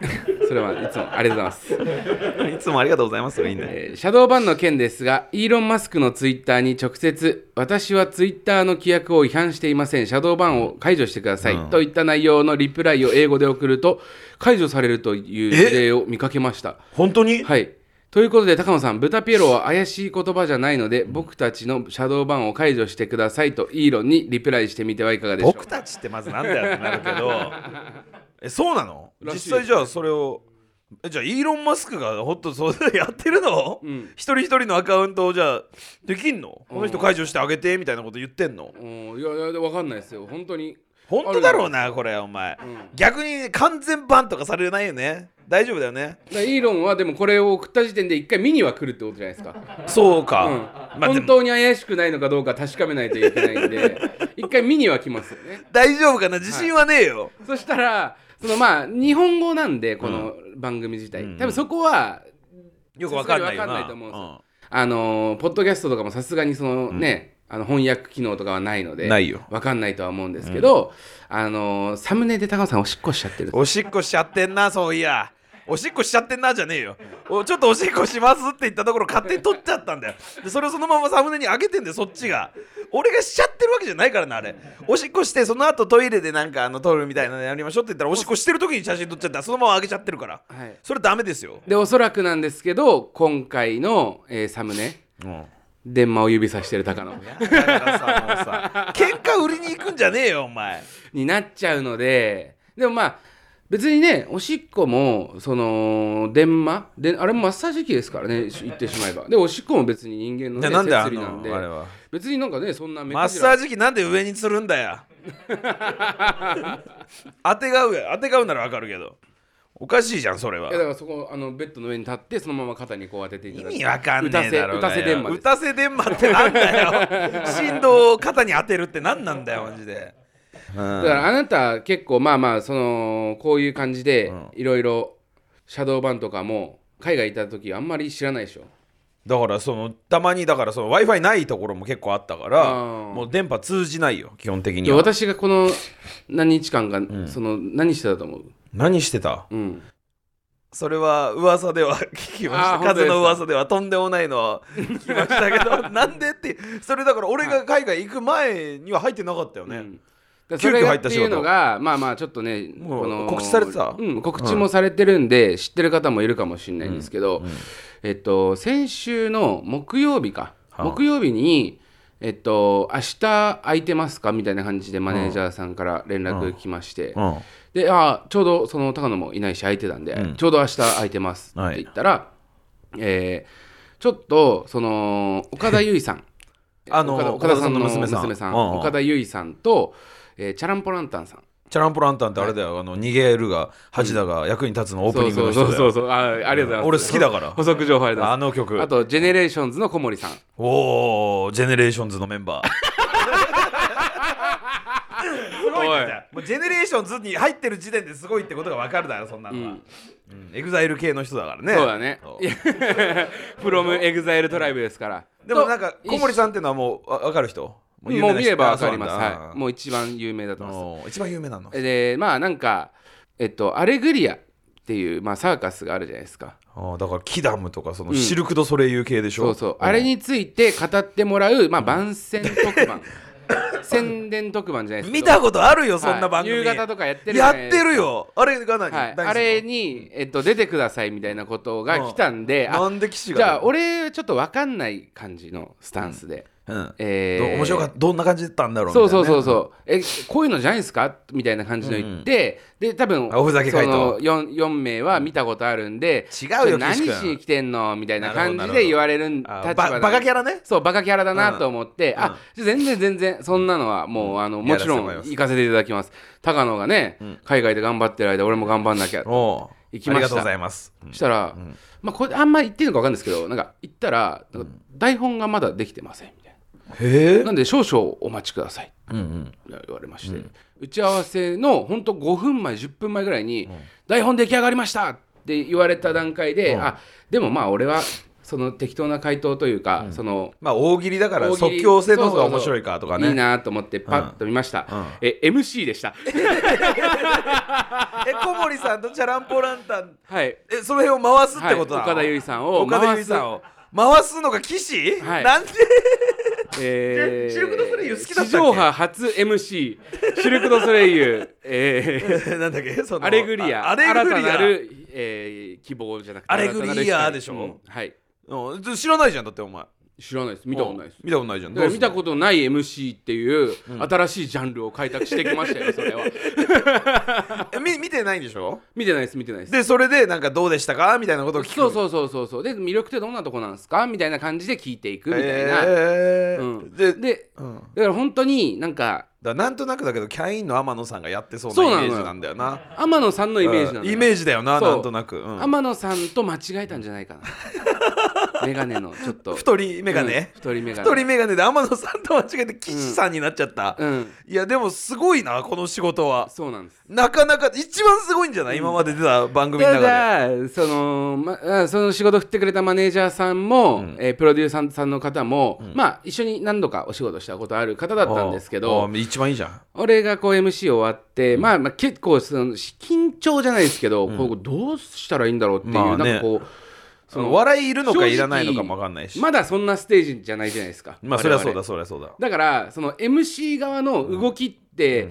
Speaker 1: それはいつもありがとうございます
Speaker 4: いつもありがとうございますみんな
Speaker 1: えーシャドーバンの件ですが、イーロン・マスクのツイッターに直接、私はツイッターの規約を違反していません、シャドーバンを解除してください、
Speaker 4: うん
Speaker 1: といった内容のリプライを英語で送ると、解除されるという事例を見かけました。
Speaker 4: 本当に、
Speaker 1: はいということで高野さん、ブタピエロは怪しい言葉じゃないので、僕たちのシャドーバンを解除してくださいとイーロンにリプライしてみてはいかがでしょう
Speaker 4: 僕
Speaker 1: か。
Speaker 4: たちってまずなんだよってなるけ どえそうなの
Speaker 1: らしい
Speaker 4: 実
Speaker 1: です
Speaker 4: 際じゃあそれをえじゃあイーロン・マスクがほんとそうやってるの、
Speaker 1: うん
Speaker 4: 一人一人のアカウントをじゃあできんのこの人解除してあげてみたいなこと言ってんの、
Speaker 1: うんいやいや、わかんないですよ、本当に。
Speaker 4: 本当だろうなこれお前、逆に完全バンとかされないよね大丈夫だよね
Speaker 1: だからイーロンはでもこれを送った時点で一回見には来るってことじゃないですか。
Speaker 4: そうか、
Speaker 1: うん
Speaker 4: まあで
Speaker 1: 本
Speaker 4: も
Speaker 1: 当に怪しくないのかどうか確かめないといけないん で一回見には来ますよね
Speaker 4: 大丈夫かな自信はねえよ、
Speaker 1: そしたらそのまあ日本語なんでこの番組自体、
Speaker 4: うんうん
Speaker 1: 多分そこは
Speaker 4: よくわかんないよな
Speaker 1: さすがにわかんないと思うんですよあのーポッドキャストとかもさすがにそのね、あの翻訳機能とかはないので
Speaker 4: ないよ
Speaker 1: わかんないとは思うんですけど、あのーサムネで高野さんおしっこしちゃってる
Speaker 4: おしっこしちゃってんなそういやおしっこしちゃってんなじゃねえよおちょっとおしっこしますって言ったところ勝手に取っちゃったんだよでそれをそのままサムネに上げてんだよそっちが俺がしちゃってるわけじゃないからなあれおしっこしてその後トイレでなんかあの取るみたいなのやりましょうって言ったらおしっこしてる時に写真撮っちゃったそのまま上げちゃってるから
Speaker 1: はい
Speaker 4: それダメですよ、
Speaker 1: でおそらくなんですけど今回の、えーサムネ電話を指さしてる高野
Speaker 4: だからさもうさ喧嘩売りに行くんじゃねえよお前
Speaker 1: になっちゃうのででもまあ別にねおしっこもその電マであれもマッサージ機ですからねし言ってしまえばでおしっこも別に人間の、ね、設理なんで
Speaker 4: は
Speaker 1: 別になんかねそんな
Speaker 4: マッサー
Speaker 1: ジ
Speaker 4: ジ機なんで上にするんだ よ当てがうや当てがうならわかるけどおかしいじゃんそれはい
Speaker 1: やだからそこあのベッドの上に立ってそのまま肩にこう当てていた
Speaker 4: 意
Speaker 1: だく
Speaker 4: 味わかんねえだろう
Speaker 1: 打たせ打たせ電話
Speaker 4: 打
Speaker 1: です
Speaker 4: たせ電話ってなん だよ振動を肩に当てるって何なんだよマジで、うん
Speaker 1: だからあなた結構まあまあそのこういう感じで
Speaker 4: ん
Speaker 1: いろいろシャドーバンとかも海外行った時あんまり知らないでしょ
Speaker 4: だからそのたまにだからその w i f i ないところも結構あったから
Speaker 1: うん
Speaker 4: もう電波通じないよ基本的
Speaker 1: い
Speaker 4: に
Speaker 1: や
Speaker 4: は
Speaker 1: 私がこの何日間か、その何してたと思う
Speaker 4: 何してた
Speaker 1: うん
Speaker 4: それは噂では聞きまし
Speaker 1: あ
Speaker 4: た
Speaker 1: ー本当で
Speaker 4: 風
Speaker 1: すか
Speaker 4: の噂ではとんでもないのは聞きました けどなんでってそれだから俺が海外行く前には入ってなかったよね、
Speaker 1: うんだからそ
Speaker 4: 急遽
Speaker 1: れが
Speaker 4: 入っ
Speaker 1: ったて
Speaker 4: 仕事
Speaker 1: いうのがまあまあちょっとね
Speaker 4: もう
Speaker 1: この
Speaker 4: 告知されてた
Speaker 1: うん、告知もされてるんで、知ってる方もいるかもしれないんですけど、えっと先週の木曜日か、
Speaker 4: はあ
Speaker 1: 木曜日にえっと明日空いてますかみたいな感じでマネージャーさんから連絡来まして、
Speaker 4: うん
Speaker 1: であーちょうどその高野もいないし空いてたんで、
Speaker 4: うん
Speaker 1: ちょうど明日空いてます
Speaker 4: は
Speaker 1: っ
Speaker 4: い
Speaker 1: て言ったら、えーちょっとその岡田結衣さん
Speaker 4: あの
Speaker 1: 岡田
Speaker 4: 岡田さんの娘さんうんうん
Speaker 1: 岡田結衣さんと、えーチャランポランタンさん
Speaker 4: チャランポランタンってあれだよ、あの逃げるが恥だが役に立つのオープニングの人
Speaker 1: そう
Speaker 4: だ
Speaker 1: そうそう
Speaker 4: よ
Speaker 1: そうあーありがとうございます
Speaker 4: 俺好きだ から
Speaker 1: 補足情報ありがとうござ
Speaker 4: あ
Speaker 1: い
Speaker 4: の曲
Speaker 1: ますあとジェネレーションズの小森さん
Speaker 4: おおジェネレーションズのメンバーすごいんだよもうジェネレーションズに入ってる時点ですごいってことが分かるだろそんなのは、うんエグザイル系の人だからね
Speaker 1: そうだね
Speaker 4: そう
Speaker 1: いや フロムエグザイルトライブですから
Speaker 4: でもなんか
Speaker 1: と
Speaker 4: 小森さんっていうのはもうわ分かる人も有
Speaker 1: もう
Speaker 4: 名な人
Speaker 1: 見ればわかります
Speaker 4: あそうなんだ
Speaker 1: はいもう一番有名だと思います
Speaker 4: おー一番有名なの
Speaker 1: でまあなんかえっとアレグリアっていう、まあ、サーカスがあるじゃないですか
Speaker 4: あーだからキダムとかその
Speaker 1: ん
Speaker 4: シルク・ド・ソレイユ系でしょ、
Speaker 1: そうそうあれ
Speaker 4: に
Speaker 1: について語ってもらう、まあ、番宣特 番宣伝特番じゃないですけ
Speaker 4: 見
Speaker 1: ど
Speaker 4: たことあるよそんな番組、
Speaker 1: はい夕方とかやってるじ
Speaker 4: や
Speaker 1: ゃ
Speaker 4: っ
Speaker 1: ないですか
Speaker 4: てるよあれが
Speaker 1: は
Speaker 4: 何、
Speaker 1: い、
Speaker 4: 何するの
Speaker 1: あれに、えっと、出てくださいみたいなことが来たんで、あ
Speaker 4: なんで騎士が
Speaker 1: じゃあ俺ちょっと分かんない感じのスタンスで、
Speaker 4: うん
Speaker 1: え
Speaker 4: ど
Speaker 1: ー
Speaker 4: 面白かったどんな感じだったんだろうみたい
Speaker 1: そ
Speaker 4: な
Speaker 1: う
Speaker 4: ね
Speaker 1: そうそうそう、えこういうのじゃないですかみたいな感じの言って、で多分
Speaker 4: あおふざけ回答
Speaker 1: その 4, 四名は見たことあるんで
Speaker 4: 違うよ
Speaker 1: ちょっと何
Speaker 4: 岸
Speaker 1: し
Speaker 4: 君
Speaker 1: に来てんのみたいな感
Speaker 4: なる
Speaker 1: じ
Speaker 4: ほど
Speaker 1: で言われるん立
Speaker 4: あ
Speaker 1: 場
Speaker 4: ババカキャ
Speaker 1: ラ
Speaker 4: ラね
Speaker 1: そうバカキャラだな
Speaker 4: うん
Speaker 1: と思って、あじゃあ全然全然そんなのはもう、あのもちろん
Speaker 4: やらせてもらいます
Speaker 1: 行かせていただきます高野がね、海外で頑張ってる間俺も頑張んなきゃ
Speaker 4: おう
Speaker 1: 行きました
Speaker 4: ありがとうございます、うん
Speaker 1: したら、まあ、これあんま言ってるのか分かんないですけどなんか行ったらなんか台本がまだできてませんみたい
Speaker 4: へえ
Speaker 1: ななんで少々お待ちください
Speaker 4: うんうん
Speaker 1: 言われまして、打ち合わせのほんと5分前10分前ぐらいに「台本出来上がりました!」って言われた段階で、あでもまあ俺はその適当な回答というか、その
Speaker 4: まあ大喜利だから
Speaker 1: 大喜利
Speaker 4: 即興性の方が面白いかとかね
Speaker 1: いいなと思ってパッと見ました、
Speaker 4: うんうん
Speaker 1: え MC でした
Speaker 4: え小森さんとチャランポランタン
Speaker 1: はい
Speaker 4: えその辺を回すってことだ、
Speaker 1: はい岡田結実さんを
Speaker 4: 岡田結実さんを回すのが岸、
Speaker 1: はい
Speaker 4: なんで
Speaker 1: えー、
Speaker 4: シルクドゥソレイユ好きだったっけ
Speaker 1: 地上波初 MC シルク・ドゥソレイユ、え
Speaker 4: なんだっけそ
Speaker 1: ー、
Speaker 4: の
Speaker 1: アレグリア
Speaker 4: あアレグ
Speaker 1: 新
Speaker 4: リ
Speaker 1: たな
Speaker 4: ア
Speaker 1: る、えー、希望じゃなくて
Speaker 4: アレグリア
Speaker 1: 新たなる
Speaker 4: でしょ
Speaker 1: うんはい
Speaker 4: うん知らないじゃんだってお前
Speaker 1: 知らないです見たことないです
Speaker 4: 見たことないじゃん
Speaker 1: だから見た
Speaker 4: と
Speaker 1: ことない MC っていう新しいジャンルを開拓してきま したよそれは
Speaker 4: 見見てないんでしょ
Speaker 1: 見てないです見てないです
Speaker 4: でそれでなんかどうでしたかみたいなことを聞く
Speaker 1: そう
Speaker 4: う
Speaker 1: そうそうそうそうで魅力ってどんなとこなんですかみたいな感じで聞いていくみたいな、
Speaker 4: えー
Speaker 1: うん
Speaker 4: で
Speaker 1: で
Speaker 4: うん、だか
Speaker 1: だから本当になんから
Speaker 4: なんとなくだけどキャインの天野さんがやってそう
Speaker 1: そう
Speaker 4: な
Speaker 1: なの
Speaker 4: イ
Speaker 1: よ
Speaker 4: メージなんだよな
Speaker 1: 天野さんのイメージなの
Speaker 4: うん
Speaker 1: よ
Speaker 4: イメージだよな
Speaker 1: そう
Speaker 4: なんとなく、うん、
Speaker 1: 天野さんと間違えたんじゃないか なメガネのちょっと
Speaker 4: 太り眼鏡、
Speaker 1: うん太りメガネ
Speaker 4: 一人眼鏡で天野さんと間違えて岸さんになっちゃった、
Speaker 1: うん
Speaker 4: いやでもすごいなこの仕事は
Speaker 1: そうなんです
Speaker 4: なかなか一番すごいんじゃない、今まで出た番組の
Speaker 1: た
Speaker 4: 中
Speaker 1: だその,、ま、あその仕事振ってくれたマネージャーさんも、
Speaker 4: うん
Speaker 1: えープロデューサーさんの方も、まあ一緒に何度かお仕事したことある方だ
Speaker 4: で
Speaker 1: ったんですけ
Speaker 4: あ
Speaker 1: ど
Speaker 4: ー一番いいじゃん
Speaker 1: 俺がこう MC 終わって、まあ、まあ結構その緊張じゃないですけど、こうどうしたらいいんだろうっていう、
Speaker 4: まあね
Speaker 1: なんかこう
Speaker 4: その笑いいるの
Speaker 1: 正
Speaker 4: か
Speaker 1: 直
Speaker 4: いらないのかもわかんないしま
Speaker 1: まだそんなステージじゃないじゃないですか
Speaker 4: あそり
Speaker 1: 我
Speaker 4: ゃそう
Speaker 1: 々
Speaker 4: だそりゃそうだ
Speaker 1: だからその MC 側の動きって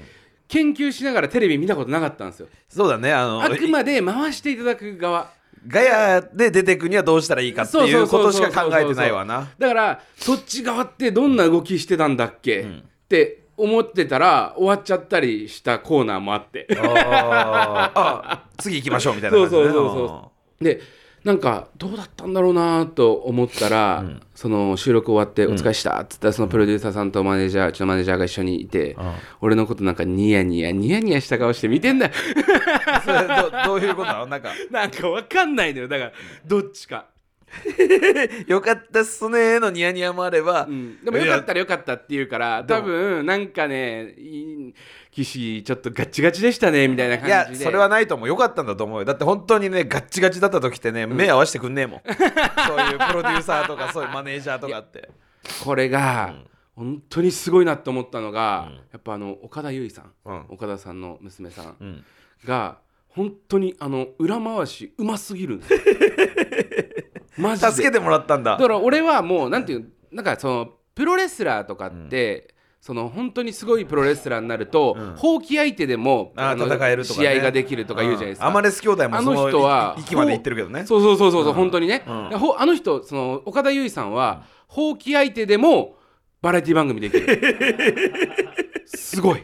Speaker 1: 研究しながらテレビ見たことなかったんですよ
Speaker 4: そうだねあの
Speaker 1: あくまで回していただく側
Speaker 4: ガヤで出てくにはどうしたらいいかって
Speaker 1: そう
Speaker 4: い
Speaker 1: そううそ
Speaker 4: こ
Speaker 1: うそう
Speaker 4: としか考えてないわな
Speaker 1: だからそっち側ってどんな動きしてたんだっけ、
Speaker 4: ん
Speaker 1: って思ってたら終わっちゃったりしたコーナーもあって
Speaker 4: あーあ次行きましょうみたいな感じね
Speaker 1: そうそうそうそでなんかどうだったんだろうなと思ったら、その収録終わって「お疲れした」っつったらそのプロデューサーさんとマネージャーうちのマネージャーが一緒にいて、
Speaker 4: ん
Speaker 1: 俺のことなんかニヤニヤニヤニヤした顔して見て んだよ
Speaker 4: それどどういうことなのなんか
Speaker 1: なんかわかんないのよだからどっちか、
Speaker 4: よかったっすねーのニヤニヤもあれば、
Speaker 1: うんでもよかったらよかったって言うから多分なんかねい岸ちょっとガッチガチでしたねみたいない
Speaker 4: や
Speaker 1: 感じで
Speaker 4: それはないと思うよかったんだと思うよだって本当にねガッチガチだった時ってね、目合わせてくんねえもんそういうプロデューサーとかそういうマネージャーとかって
Speaker 1: これが、本当にすごいなと思ったのが、
Speaker 4: うん
Speaker 1: やっぱあの岡田結実さん、
Speaker 4: うん
Speaker 1: 岡田さんの娘さん
Speaker 4: うん
Speaker 1: が本当にあの裏回しうますぎるんです よマジで
Speaker 4: 助けてもらったんだ
Speaker 1: だから俺はもうなんていうなんかそのプロレスラーとかって、その本当にすごいプロレスラーになると、
Speaker 4: うん
Speaker 1: ほうき相手でも
Speaker 4: あー
Speaker 1: の
Speaker 4: 戦えるとか、ね、
Speaker 1: 試合ができるとか言うじゃないですか、
Speaker 4: んアマレス兄弟も
Speaker 1: あ
Speaker 4: その
Speaker 1: の人はい
Speaker 4: 域まで行ってるけどね
Speaker 1: そうそうそうそう、う
Speaker 4: うん
Speaker 1: 本当にね、
Speaker 4: うん
Speaker 1: ほあの人その岡田結実さんはほうき相手でもバラエティ番組できる すごい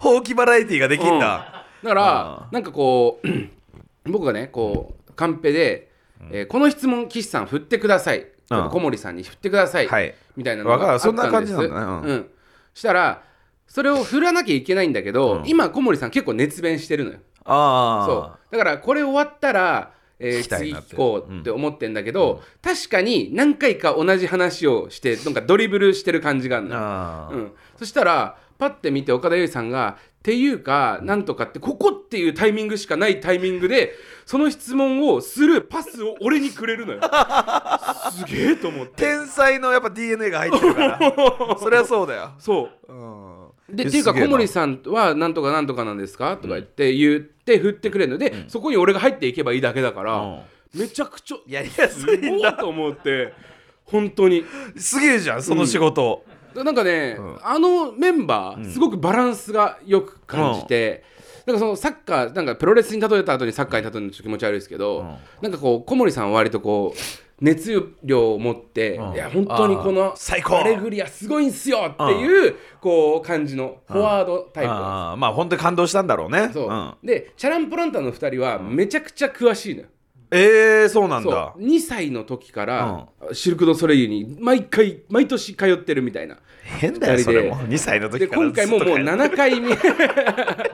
Speaker 4: ほうきバラエティーができんだ、
Speaker 1: だから
Speaker 4: あ
Speaker 1: なんかこう 僕がねこうカンペで、えーこの質問岸さん振ってください」とか小森さんに振ってください」
Speaker 4: はい
Speaker 1: みたいなのがあ
Speaker 4: わ
Speaker 1: ったん
Speaker 4: かる
Speaker 1: です
Speaker 4: そんな感じなんだね
Speaker 1: うんしたらそれを振らなきゃいけないんだけど、
Speaker 4: うん
Speaker 1: 今小森さん結構熱弁してるのよ
Speaker 4: ああ
Speaker 1: そうだからこれ終わったら、えー
Speaker 4: 聞きたい
Speaker 1: 次
Speaker 4: なって
Speaker 1: 聞こうって思ってんだけど、確かに何回か同じ話をしてなんかドリブルしてる感じがあるのよ
Speaker 4: あー
Speaker 1: うん、そしたらパッて見て岡田結実さんが「っていうかなんとかってここっていうタイミングしかないタイミングでその質問をするパスを俺にくれるの よすげえと思って
Speaker 4: 天才のやっぱ DNA が入ってるから そりゃそうだよ、
Speaker 1: そう
Speaker 4: うん、
Speaker 1: で
Speaker 4: え
Speaker 1: っていうか
Speaker 4: すげえ
Speaker 1: 小
Speaker 4: な
Speaker 1: 森さんはなんとかなんとかなんですかとか言って言って振ってくれるので、そこに俺が入っていけばいいだけだから、めちゃくちゃ
Speaker 4: やりやす
Speaker 1: す
Speaker 4: いん
Speaker 1: ごい
Speaker 4: だ
Speaker 1: と思って本当に
Speaker 4: すげえじゃんその仕事、
Speaker 1: なんかね、
Speaker 4: ん
Speaker 1: あのメンバーすごくバランスがよく感じて、なんかそのサッカーなんかプロレスに例えた後にサッカーに例えるのちょっと気持ち悪いですけど、
Speaker 4: ん
Speaker 1: なんかこう小森さんは割とこう熱量を持って、
Speaker 4: ん
Speaker 1: いや本当にこの
Speaker 4: あー最高
Speaker 1: アレグリアすごいんすよっていう、こう感じのフォワードタイプなんです
Speaker 4: あーまあ本当に感動したんだろうね
Speaker 1: そう、
Speaker 4: ん、
Speaker 1: でチャランポランタンの2人はめちゃくちゃ詳しいのよ、
Speaker 4: えー、そうなん
Speaker 1: そ
Speaker 4: だ
Speaker 1: う2歳の時から、シルク・ドゥ・ソレイユに毎回毎年通ってるみたいな
Speaker 4: 変だよそれも
Speaker 1: 二
Speaker 4: 2歳の時
Speaker 1: で
Speaker 4: から
Speaker 1: 今回ももう
Speaker 4: ずっと
Speaker 1: 7回目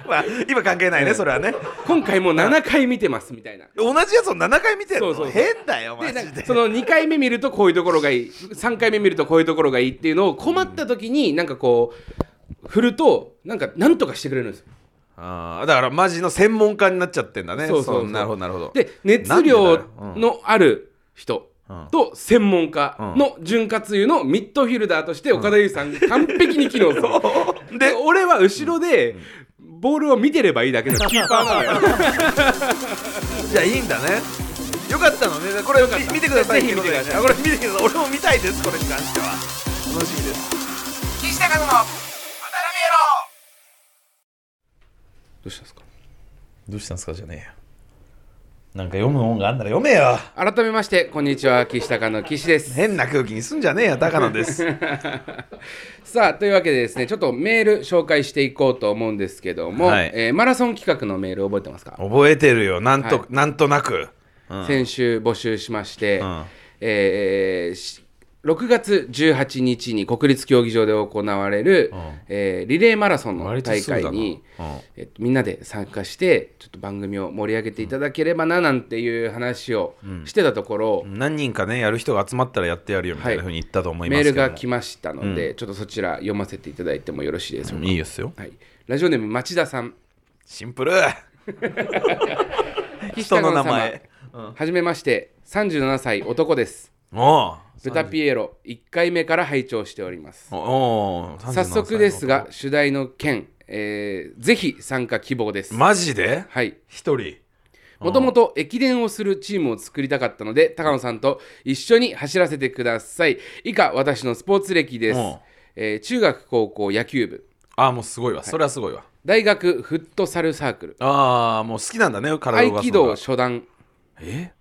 Speaker 4: まあ今関係ないねそれはね
Speaker 1: 今回もう7回見てますみたいな。
Speaker 4: 同じやつを7回見てるの
Speaker 1: そうそうそう
Speaker 4: 変だ よマ
Speaker 1: で
Speaker 4: ジ
Speaker 1: な
Speaker 4: で
Speaker 1: んかその2回目見るとこういうところがいい3回目見るとこういうところがいいっていうのを困った時になんかこう振るとなんかなんとかしてくれるんですよ
Speaker 4: あーだからマジの専門家になっちゃってんだね
Speaker 1: そうそうそう
Speaker 4: なるほどなるほど
Speaker 1: で熱量のある人
Speaker 4: うん
Speaker 1: と専門家の潤滑油のミッドフィルダーとして岡田優さん完璧に機能する、で俺は後ろでボールを見てればいい だけの キーパーなのよ
Speaker 4: じゃあいいんだねよかったのねこれみ見てください
Speaker 1: ぜひ見てください
Speaker 4: あこれ見てください俺も見たいですこれに関しては楽しみです
Speaker 1: どうしたんですか
Speaker 4: どうしたんですかじゃねえよなんか読む本があんなら読めよ
Speaker 1: 改めましてこんにちは岸高の岸です
Speaker 4: 変な空気にすんじゃねえよ高野です
Speaker 1: さあというわけでですねちょっとメール紹介していこうと思うんですけども、
Speaker 4: はい
Speaker 1: えーマラソン企画のメール覚えてますか、
Speaker 4: 覚えてるよなんと、
Speaker 1: はい
Speaker 4: なんとなく、うん
Speaker 1: 先週募集しまして、
Speaker 4: うん
Speaker 1: えーし6月18日に国立競技場で行われる、
Speaker 4: うん
Speaker 1: えーリレーマラソンの
Speaker 4: 割と
Speaker 1: 大
Speaker 4: すぐだ
Speaker 1: 会
Speaker 4: な
Speaker 1: に、
Speaker 4: うん
Speaker 1: えっと、みんなで参加してちょっと番組を盛り上げていただければななんていう話をしてたところ、
Speaker 4: 何人かねやる人が集まったらやってやるよみたいなふうに言ったと思いま
Speaker 1: メー
Speaker 4: すけ
Speaker 1: ル
Speaker 4: ども、
Speaker 1: が来ましたので、ちょっとそちら読ませていただいてもよろしいでしょうか、
Speaker 4: いいですよ
Speaker 1: はい、ラジオネーム町田さん
Speaker 4: シンプル
Speaker 1: 人
Speaker 4: 人
Speaker 1: の
Speaker 4: の
Speaker 1: 名
Speaker 4: 名
Speaker 1: 前
Speaker 4: 前
Speaker 1: はじめまして37歳男です
Speaker 4: お
Speaker 1: ブタピエロ1回目から拝聴しております
Speaker 4: うおう
Speaker 1: 早速ですが主題の件、えーぜひ参加希望です、
Speaker 4: マジで
Speaker 1: はい
Speaker 4: 一人
Speaker 1: もともと駅伝をするチームを作りたかったので高野さんと一緒に走らせてください以下私のスポーツ歴です
Speaker 4: うん、
Speaker 1: えー中学高校野球部
Speaker 4: ああもうすごいわ、それはすごいわ
Speaker 1: 大学フットサルサークル
Speaker 4: ああもう好きなんだね体を動
Speaker 1: 合
Speaker 4: かす
Speaker 1: 気
Speaker 4: のが
Speaker 1: 道初段
Speaker 4: え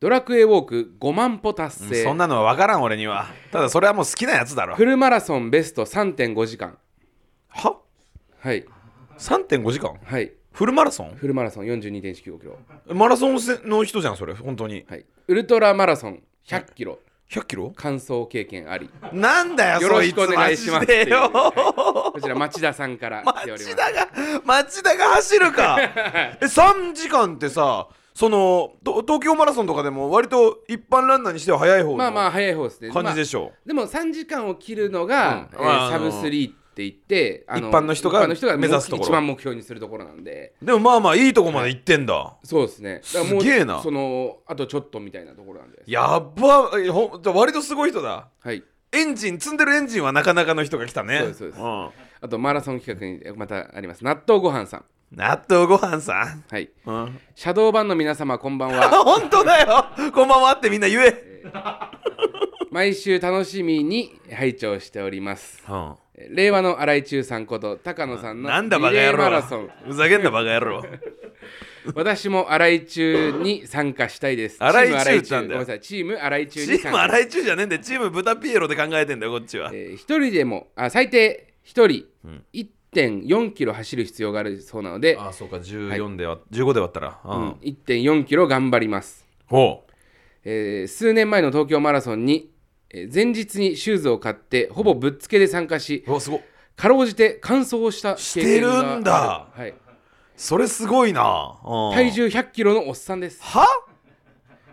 Speaker 1: ドラクエウォーク5万歩達成、
Speaker 4: そんなのは分からん俺にはただそれはもう好きなやつだろ
Speaker 1: フルマラソンベスト3.5時間
Speaker 4: は
Speaker 1: はい
Speaker 4: 3.5時間
Speaker 1: はい
Speaker 4: フルマラソン
Speaker 1: フルマラソン42.195キロ、
Speaker 4: マラソンの人じゃんそれ本当に
Speaker 1: はい、ウルトラマラソン100キロ
Speaker 4: 100キロ
Speaker 1: 完走経験あり
Speaker 4: なんだよ
Speaker 1: よろしくお願いします
Speaker 4: そいつマジでよ
Speaker 1: こちら町田さんから来ております
Speaker 4: 町田が町田が走 るかえ3時間ってさそのど東京マラソンとかでも割と一般ランナーにしては速い方
Speaker 1: まあまあ
Speaker 4: の
Speaker 1: 早い方ですね
Speaker 4: 感じでし
Speaker 1: ょ、
Speaker 4: ょ
Speaker 1: まあでも3時間を切るのが、
Speaker 4: うん
Speaker 1: えー
Speaker 4: あ
Speaker 1: サブ
Speaker 4: の
Speaker 1: 3って言ってあ
Speaker 4: 一般の人が
Speaker 1: 一般
Speaker 4: 目指すところ
Speaker 1: 一番目標にするところなんで
Speaker 4: でもまあまあいいとこまで行ってんだ
Speaker 1: そうですねだからもう
Speaker 4: すげえな
Speaker 1: そのあとちょっとみたいなところなんです
Speaker 4: やっばえほんじゃあ割とすごい人だ
Speaker 1: はい
Speaker 4: エンジン積んでるエンジンはなかなかの人が来たね
Speaker 1: そうですそうです
Speaker 4: ん
Speaker 1: あとマラソン企画にまたあります納豆ご飯さん
Speaker 4: 納豆ご飯さん、
Speaker 1: はい
Speaker 4: うん、
Speaker 1: シャドーバンの皆様こんばん
Speaker 4: あ
Speaker 1: は
Speaker 4: 本当だよこんばんはってみんな言え、
Speaker 1: 毎週楽しみに拝聴しております
Speaker 4: うん
Speaker 1: えー令和の荒井中さんこと高野さんの
Speaker 4: なんだバ
Speaker 1: リ
Speaker 4: カ
Speaker 1: レー
Speaker 4: 野
Speaker 1: マ
Speaker 4: 郎
Speaker 1: ラソン
Speaker 4: ふざけんなバカ 野郎
Speaker 1: 私も荒井中に参加したいです。
Speaker 4: 荒井
Speaker 1: チーム
Speaker 4: 中ってなんだよ
Speaker 1: ごめんなさい、チーム荒井中
Speaker 4: チ
Speaker 1: に参
Speaker 4: ーム
Speaker 1: 加。
Speaker 4: 洗い中じゃねえんだよチーム豚ピエロで考えてんだよこっちは
Speaker 1: えー一人でも、あ最低一人、1.4キロ走る必要があるそうなので、
Speaker 4: あそうか14では、15で割ったらう
Speaker 1: うん1.4キロ頑張ります。
Speaker 4: ほ
Speaker 1: えー数年前の東京マラソンに、えー前日にシューズを買って、ほぼぶっつけで参加し
Speaker 4: う、わすごっ
Speaker 1: かろうじて完走した経験があ
Speaker 4: してるんだ
Speaker 1: はい、
Speaker 4: それすごいな、うん
Speaker 1: 体重100キロのおっさんです。
Speaker 4: は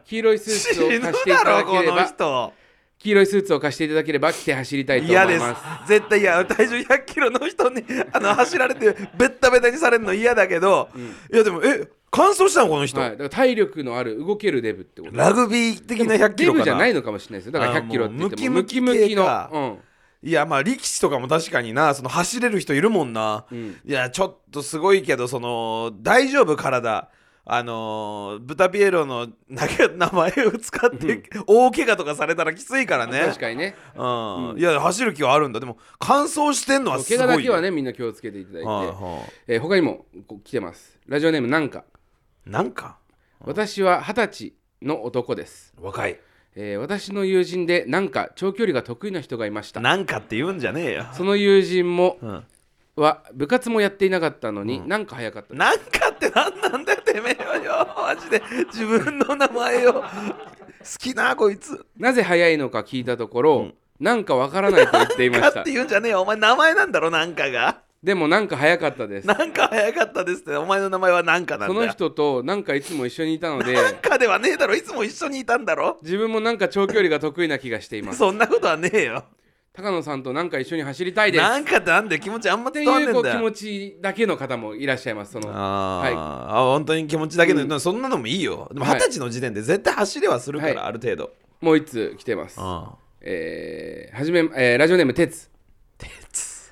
Speaker 1: 黄色いスー
Speaker 4: 死
Speaker 1: ツを
Speaker 4: ぬ
Speaker 1: 貸していた
Speaker 4: だ
Speaker 1: だ
Speaker 4: ろ
Speaker 1: け
Speaker 4: こ
Speaker 1: れ
Speaker 4: の
Speaker 1: ば、
Speaker 4: 人
Speaker 1: 黄色いスーツを貸していただければ着て走りたいと思い
Speaker 4: 嫌です
Speaker 1: ます。
Speaker 4: 絶対嫌体重100キロの人にあの走られてベッタベタにされるの嫌だけど、いやでもえ乾燥したのこの人、
Speaker 1: はい、だから体力のある動けるデブってこと
Speaker 4: ラグビー的な100キ
Speaker 1: デ
Speaker 4: ロか
Speaker 1: ブ
Speaker 4: な
Speaker 1: じゃないのかもしれないですよだから
Speaker 4: あー
Speaker 1: 100キロって言っても
Speaker 4: もう
Speaker 1: ム
Speaker 4: ム
Speaker 1: キ
Speaker 4: キ
Speaker 1: ム
Speaker 4: ムキ
Speaker 1: キの、
Speaker 4: 系かいやまあ力士とかも確かになその走れる人いるもんな、
Speaker 1: ん
Speaker 4: いやちょっとすごいけどその大丈夫体あのー、ブタピエロの名前 名前を使って大怪我とかされたらきついから
Speaker 1: うん、
Speaker 4: ね
Speaker 1: 確かにね
Speaker 4: うんいや走る気はあるんだでも乾燥してんのはす
Speaker 1: 怪
Speaker 4: ごい
Speaker 1: 我
Speaker 4: よ
Speaker 1: だけはねみんな気をつけていただいて、
Speaker 4: はいは
Speaker 1: えー他にもこう来てますラジオネームなんか
Speaker 4: いなんか
Speaker 1: 私は二十歳の男です、
Speaker 4: 若い
Speaker 1: えー私の友人でなんか長距離が得意な人がいました
Speaker 4: なんかって言うんじゃねえよ、
Speaker 1: その友人も
Speaker 4: うん、
Speaker 1: は部活もやっていなかったのに、なんか早かった
Speaker 4: なんかってなんなんだよてめえはよマジで自分の名前を好きなこいつ
Speaker 1: なぜ早いのか聞いたところ、なんかわからないと言っていま
Speaker 4: なん
Speaker 1: し
Speaker 4: か
Speaker 1: た
Speaker 4: って言うんじゃねえよお前名前なんだろなんかが
Speaker 1: でもなんか早かったです
Speaker 4: なんか早かったですってお前の名前はなんかなん
Speaker 1: そ
Speaker 4: だよ
Speaker 1: の人となんかいつも一緒にいたの で
Speaker 4: なんかではねえだろいつも一緒にいたんだろ
Speaker 1: 自分もなんか長距離が得意な気がしてい ます
Speaker 4: そんなことはねえよ
Speaker 1: 高野さんとなんか一緒に走りたいですっ
Speaker 4: なんかってなんで気持ちあんま
Speaker 1: て
Speaker 4: 伝わん
Speaker 1: いう
Speaker 4: ねえ
Speaker 1: こう
Speaker 4: んだ
Speaker 1: 気
Speaker 4: よ
Speaker 1: 持ちだけの方もいらっしゃいますその
Speaker 4: あー、
Speaker 1: は
Speaker 4: あ本当に気持ちだけで、そんなのもいいよでも
Speaker 1: はい
Speaker 4: 二十歳の時点で絶対走れはするから、
Speaker 1: はい
Speaker 4: ある程度
Speaker 1: もう一通来てます。
Speaker 4: あ
Speaker 1: えーはじめ、えーラジオネーム、てつ。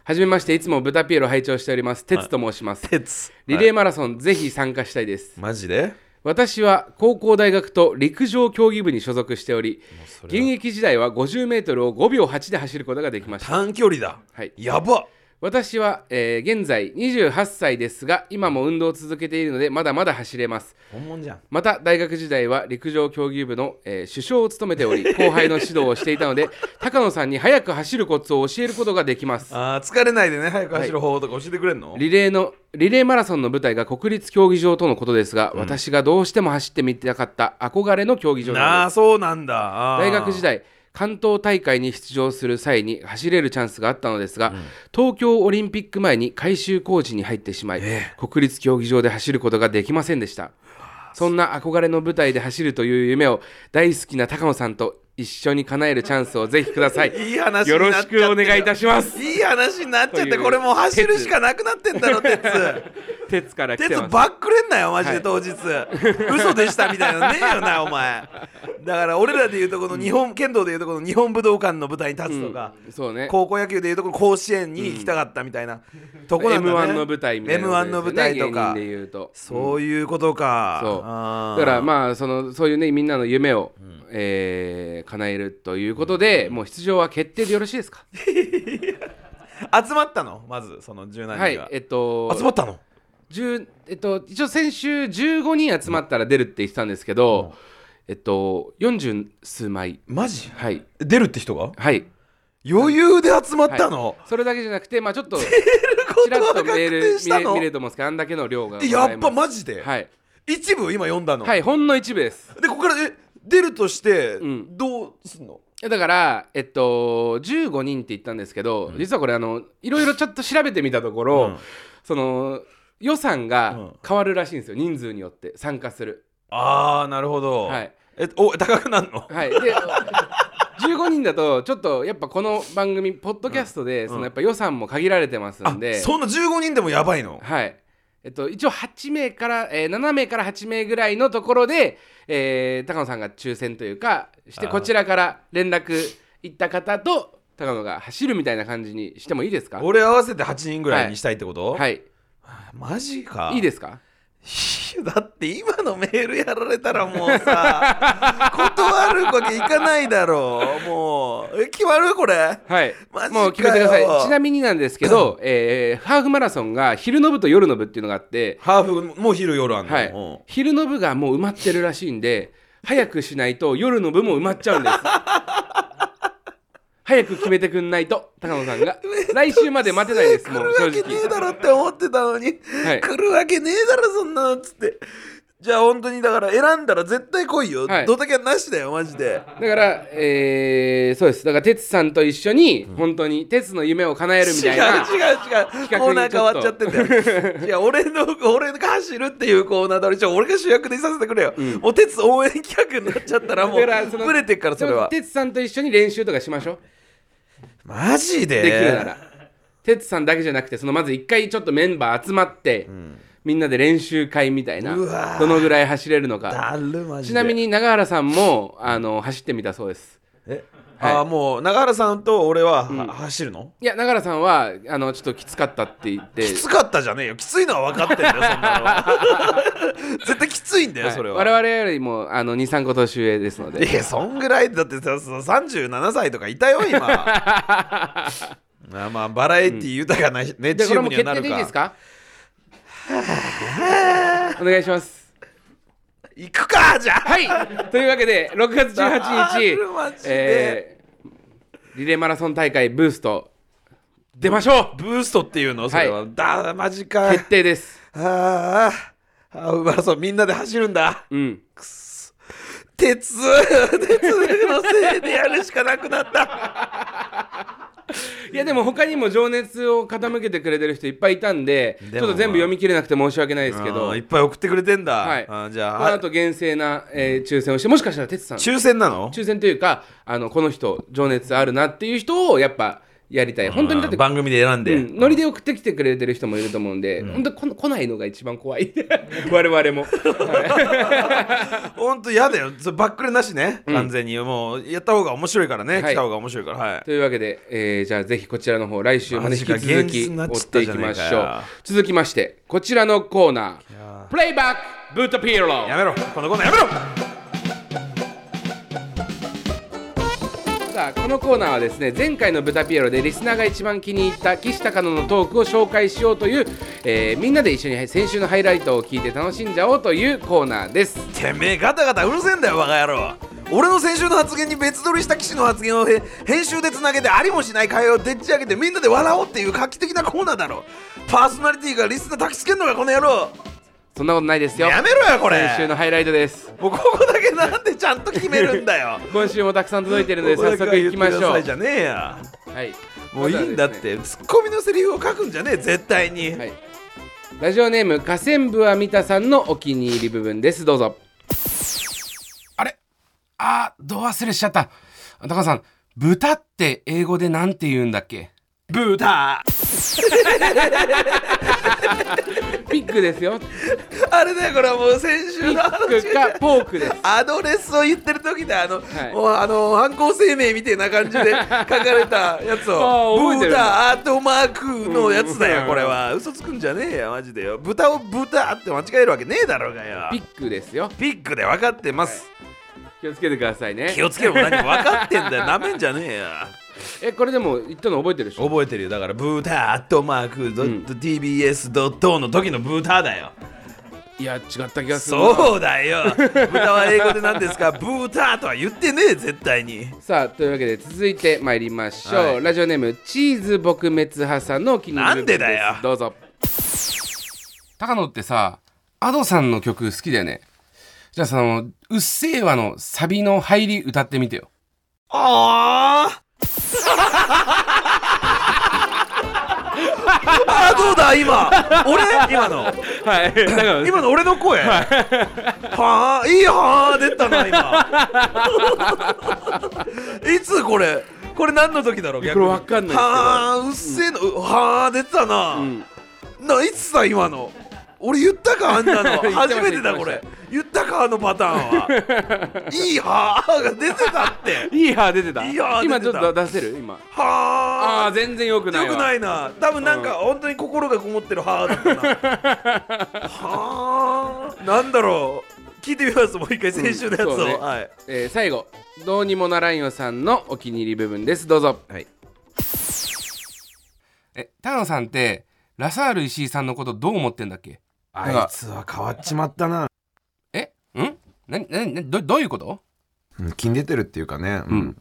Speaker 1: はじめまして、いつもブタピエロ拝聴しております。てつと申します。
Speaker 4: 鉄
Speaker 1: リレーマラソン、ぜひ参加したいです。
Speaker 4: マジで
Speaker 1: 私は高校大学と陸上競技部に所属しており
Speaker 4: うそ
Speaker 1: 現
Speaker 4: れは
Speaker 1: 役時代は 50m を5秒8で走ることができました
Speaker 4: 短距離だ
Speaker 1: はい
Speaker 4: やば
Speaker 1: 私は、えー現在28歳ですが今も運動を続けているのでまだまだ走れます
Speaker 4: 本物じゃん
Speaker 1: また大学時代は陸上競技部の、えー主将を務めてお り後輩の指導をしていたので高野さんに早く走るコツを教えることができます
Speaker 4: あー疲れないでね早く走る方法とか教えてくれんの、
Speaker 1: リレーのリレーマラソンの舞台が国立競技場とのことですが、私がどうしても走ってみたかった憧れの競技場なんです
Speaker 4: ああそうなんだあー
Speaker 1: 大学時代関東大会に出場する際に走れるチャンスがあったのですが、東京オリンピック前に改修工事に入ってしまい、国立競技場で走ることができませんでしたそんな憧れの舞台で走るという夢を大好きな高野さんと一緒に叶えるチャンスをぜひくだ さい
Speaker 4: いい話に
Speaker 1: よ
Speaker 4: なっ
Speaker 1: ろ
Speaker 4: ちゃ
Speaker 1: し
Speaker 4: って
Speaker 1: くお願いいたします
Speaker 4: いい話になっちゃっ
Speaker 1: と
Speaker 4: て
Speaker 1: いう
Speaker 4: これもう走るしかなくなって んだろ鉄
Speaker 1: 鉄から来
Speaker 4: 鉄
Speaker 1: てます
Speaker 4: バックれんなよマジ
Speaker 1: は
Speaker 4: で
Speaker 1: い
Speaker 4: 当日、嘘でしたみたいなのねえよなお前だから俺らでいうとこの日本、剣道でいうとこの日本武道館の舞台に立つとか、
Speaker 1: そうね
Speaker 4: 高校野球でいうとこの甲子園に行きたかったみたいなとこなんだ、ね
Speaker 1: M1 の舞台みたいなこと
Speaker 4: M1 の舞台
Speaker 1: ですよ
Speaker 4: と
Speaker 1: ね
Speaker 4: か
Speaker 1: 芸人で言うと
Speaker 4: そういうことか、
Speaker 1: そう
Speaker 4: あー
Speaker 1: だからまあそのそういうねみんなの夢を、えー叶えるということで、もう出場は決定でよろしいですか
Speaker 4: 集まったのまずその柔軟
Speaker 1: は
Speaker 4: 人
Speaker 1: い
Speaker 4: が、
Speaker 1: えっと
Speaker 4: 集まったの
Speaker 1: 10えっと一応先週15人集まったら出るって言ってたんですけど、えっと40数枚
Speaker 4: マジ
Speaker 1: はい
Speaker 4: 出るって人が
Speaker 1: はい
Speaker 4: 余裕で集まったの、
Speaker 1: それだけじゃなくてまあちょっと
Speaker 4: こ
Speaker 1: ちら
Speaker 4: と
Speaker 1: っ
Speaker 4: は
Speaker 1: と
Speaker 4: 確
Speaker 1: メール
Speaker 4: 定し
Speaker 1: 見
Speaker 4: た
Speaker 1: れ
Speaker 4: の
Speaker 1: 見れると思うんですけどあんだけの量が
Speaker 4: えやっぱ
Speaker 1: ま
Speaker 4: マジで、
Speaker 1: はい
Speaker 4: 一部今読んだの、
Speaker 1: はいほんの一部です
Speaker 4: でここからえ出るとして、
Speaker 1: ん
Speaker 4: どうすんの
Speaker 1: だからえっと15人って言ったんですけど、実はこれあのいろいろちょっと調べてみたところ、
Speaker 4: うん
Speaker 1: その予算
Speaker 4: う
Speaker 1: が
Speaker 4: ん
Speaker 1: 変わるらしいんですよ人数によって参加する
Speaker 4: ああなるほど、
Speaker 1: はい
Speaker 4: えお高くなるの
Speaker 1: はいで15人だとちょっとやっぱこの番組ポッドキャストで、そのやっぱ予算も限られてます
Speaker 4: あ
Speaker 1: んで
Speaker 4: そんな15人でもやばいの
Speaker 1: はいえっと、一応8名から、えー7名から8名ぐらいのところで、えー高野さんが抽選というかして
Speaker 4: あー
Speaker 1: こちらから連絡行った方と高野が走るみたいな感じにしてもいいですか
Speaker 4: 俺合わせて8人ぐらいにしたいってこと、
Speaker 1: はい
Speaker 4: マジか
Speaker 1: いいですか
Speaker 4: いやだって今のメールやられたらもうさ 断るわけいかないだろうもうえ決まるこれ
Speaker 1: はい
Speaker 4: マジかよ
Speaker 1: もう決めてくださいちなみになんですけど、えーハーフマラソンが昼の部と夜の部っていうのがあって、
Speaker 4: ハーフもう昼夜あんの、
Speaker 1: はい
Speaker 4: うん
Speaker 1: 昼の部がもう埋まってるらしいんで早くしないと夜の部も埋まっちゃうん です早く決めてくんないと高野さんが来週まで待てないですもう正
Speaker 4: 来るわけねえだ
Speaker 1: 直
Speaker 4: ろって思ってたのに、
Speaker 1: はい
Speaker 4: 来るわけねえだろそんなのっつってじゃあ本当にだから選んだら絶対来いよ、
Speaker 1: はい
Speaker 4: ドタキャンなしだよマジで
Speaker 1: だから、えーそうですだから哲さんと一緒に本当に哲の夢を叶えるみ
Speaker 4: 違う違
Speaker 1: たいな
Speaker 4: う違うコーナー変わっちゃってんだよ いや俺の俺が走るっていうコーナーだろちょ俺が主役でいさせてくれよ、もう鉄応援企画になっちゃったらもう
Speaker 1: だからその
Speaker 4: ブレてっからそれは
Speaker 1: 哲さんと一緒に練習とかしましょう
Speaker 4: マジで
Speaker 1: できるなら哲さんだけじゃなくてそのまず一回ちょっとメンバー集まって、みんなで練習会みたいな
Speaker 4: うわー
Speaker 1: どのぐらい走れるのか
Speaker 4: だるマジ
Speaker 1: ち
Speaker 4: で
Speaker 1: なみに永原さんもあの走ってみたそうです
Speaker 4: え、
Speaker 1: はい
Speaker 4: あーもう永原さんと俺は、は走るの
Speaker 1: いや永原さんはあのちょっときつかったって言って
Speaker 4: きつかったじゃねえよきついのは分かってんだよそんなのは 絶対きついんだよ、
Speaker 1: はい
Speaker 4: それは
Speaker 1: 我々よりもあの23個年上ですの
Speaker 4: い
Speaker 1: で
Speaker 4: やそんぐらいだってさそ37歳とかいたよ 今まあまあバラエティー豊かな、
Speaker 1: じ
Speaker 4: ね
Speaker 1: ゃあ
Speaker 4: チ
Speaker 1: これ
Speaker 4: ーム
Speaker 1: も
Speaker 4: に
Speaker 1: 決
Speaker 4: はな
Speaker 1: 定でい
Speaker 4: る
Speaker 1: い
Speaker 4: か
Speaker 1: ですかお願いします
Speaker 4: 行くかじゃあ
Speaker 1: はいというわけで6月18
Speaker 4: あ
Speaker 1: 日
Speaker 4: るマジで
Speaker 1: ーリレーマラソン大会ブースト出ましょ
Speaker 4: ブーストっていうのそれは、
Speaker 1: は
Speaker 4: だマジ
Speaker 1: う
Speaker 4: か
Speaker 1: 決定です
Speaker 4: あーあーマラソンみんなで走るんだ
Speaker 1: うん
Speaker 4: 鉄鉄のせいでやるしかなくなった
Speaker 1: いやでも他にも情熱を傾けてくれてる人いっぱいいたんでち
Speaker 4: で
Speaker 1: ょ
Speaker 4: も
Speaker 1: っと全部読み切れなくて申し訳ないですけど
Speaker 4: あーいっぱい送ってくれてんだ、
Speaker 1: はい
Speaker 4: あーじゃ
Speaker 1: こ
Speaker 4: あ
Speaker 1: の後厳正な、えー抽選をしてもしかしたら哲さん
Speaker 4: 抽選なの
Speaker 1: 抽選というかあのこの人情熱あるなっていう人をやっぱやりたい本当にだって
Speaker 4: うん番組で選んで、
Speaker 1: うん、ノリで送ってきてくれてる人もいると思うんで、本当にこの来ないのが一番怖い 我々も、
Speaker 4: ほんと嫌だよそれバックレなしね、
Speaker 1: ん
Speaker 4: 完全にもうやった方が面白いからね、
Speaker 1: はい
Speaker 4: 来た方が面白いからはい
Speaker 1: というわけで、えーじゃあぜひこちらの方来週まで引き
Speaker 4: マジか
Speaker 1: 続
Speaker 4: 現
Speaker 1: き
Speaker 4: 実になっ
Speaker 1: 追
Speaker 4: ちゃ
Speaker 1: っ
Speaker 4: った
Speaker 1: てい
Speaker 4: じゃ
Speaker 1: き
Speaker 4: ねえ
Speaker 1: ま
Speaker 4: か
Speaker 1: し
Speaker 4: よ
Speaker 1: ょう続きましてこちらのコーナー「プレイバックブートピーロー」
Speaker 4: やめろこのコーナーやめろ
Speaker 1: さあこのコーナーはですね前回の「ブタピエロ」でリスナーが一番気に入った岸高野のトークを紹介しようという、えーみんなで一緒に先週のハイライトを聞いて楽しんじゃおうというコーナーです
Speaker 4: てめえガタガタうるせえんだよバカ野郎俺の先週の発言に別撮りした騎士の発言をへ編集でつなげてありもしない会話をでっち上げてみんなで笑おうっていう画期的なコーナーだろパーソナリティがリスナー焚きつけんのがこの野郎
Speaker 1: そんなことないですよ
Speaker 4: やめろよこれ
Speaker 1: 先週のハイライトです
Speaker 4: もうここだけなんでちゃんと決めるんだよ
Speaker 1: 今週もたくさん届いてるので
Speaker 4: ここ
Speaker 1: 早
Speaker 4: だけは
Speaker 1: 速いきまし
Speaker 4: 言ってくだ
Speaker 1: ょ
Speaker 4: さ
Speaker 1: う
Speaker 4: いじゃねえや
Speaker 1: はい
Speaker 4: もういいんだっ
Speaker 1: まずはで
Speaker 4: てツッコミのセリフを書くんじゃねえ絶対に、
Speaker 1: すねはいラジオネーム河川部は三田さんのお気に入り部分ですどうぞあれあーどう忘れしちゃった高野さん豚って英語でなんて言うんだっけ
Speaker 4: ブータ
Speaker 1: ピッグですよ
Speaker 4: あれだよこれはもう先
Speaker 1: ピ
Speaker 4: 週の
Speaker 1: ッ
Speaker 4: 話
Speaker 1: クかポークです。
Speaker 4: アドレスを言ってる時だあの、
Speaker 1: はい
Speaker 4: もうあの犯行声明みたいな感じで書かれたやつを
Speaker 1: あー覚えて
Speaker 4: ブ
Speaker 1: る
Speaker 4: タアートマークのやつだ
Speaker 1: う
Speaker 4: よ
Speaker 1: ん
Speaker 4: これは嘘つくんじゃねえよマジでよ豚を豚って間違えるわけねえだろうがよ
Speaker 1: ピックですよ。
Speaker 4: ピックで分かってます、
Speaker 1: 気をつけてくださいね
Speaker 4: 気。をつけろ 何も分かってんだよなめんじゃねえよ
Speaker 1: え、これでも言ったの覚えてるでしょ
Speaker 4: 覚えてるよだからブータアットマークドット TBS ドットの時のブータだよ
Speaker 1: いや、違った気がするな。
Speaker 4: そうだよ豚は英語で何ですかブータとは言ってねえ絶対に
Speaker 1: さあ、というわけで続いて参りましょう。
Speaker 4: はい
Speaker 1: ラジオネーム、チーズ撲滅派さんのお気に入り
Speaker 4: なんでだよ
Speaker 1: 部分ですどうぞ。高野ってさ、アドさんの曲好きだよね。じゃあその、うっせぇわのサビの入り歌ってみてよ。
Speaker 4: あああどうだ今俺今の
Speaker 1: はい、だから
Speaker 4: 今の俺の声はあいいはあ出たな今 いつこれこれ何の時だろう逆に
Speaker 1: これわかんないですけど
Speaker 4: はあうっせえの、うはあ出たな、ないつさ今の俺言ったかあんな
Speaker 1: 言
Speaker 4: の
Speaker 1: ってまし
Speaker 4: 初
Speaker 1: た
Speaker 4: めてだこれ言ったかあのパターン はいいはあが出てたって
Speaker 1: いい歯出てた。
Speaker 4: いい歯出てた
Speaker 1: 今ちょっと出せる今。あ
Speaker 4: は
Speaker 1: あ、全然よく
Speaker 4: あ
Speaker 1: ないわ。
Speaker 4: よくないな多分なんか本当に心がこもってるはあだったなはあなんだろう聞いてみますもう一回先週のやつを、
Speaker 1: うんそうね
Speaker 4: はい
Speaker 1: えー最後どうにもならんよさんのお気に入り部分ですどうぞ
Speaker 4: はい
Speaker 1: え田野さんってラサール石井さんのことどう思ってんだっけ
Speaker 4: あいつは変わっちまったな
Speaker 1: えんなななどどういうこと
Speaker 3: うん金出てるっていうかね、う、
Speaker 1: うん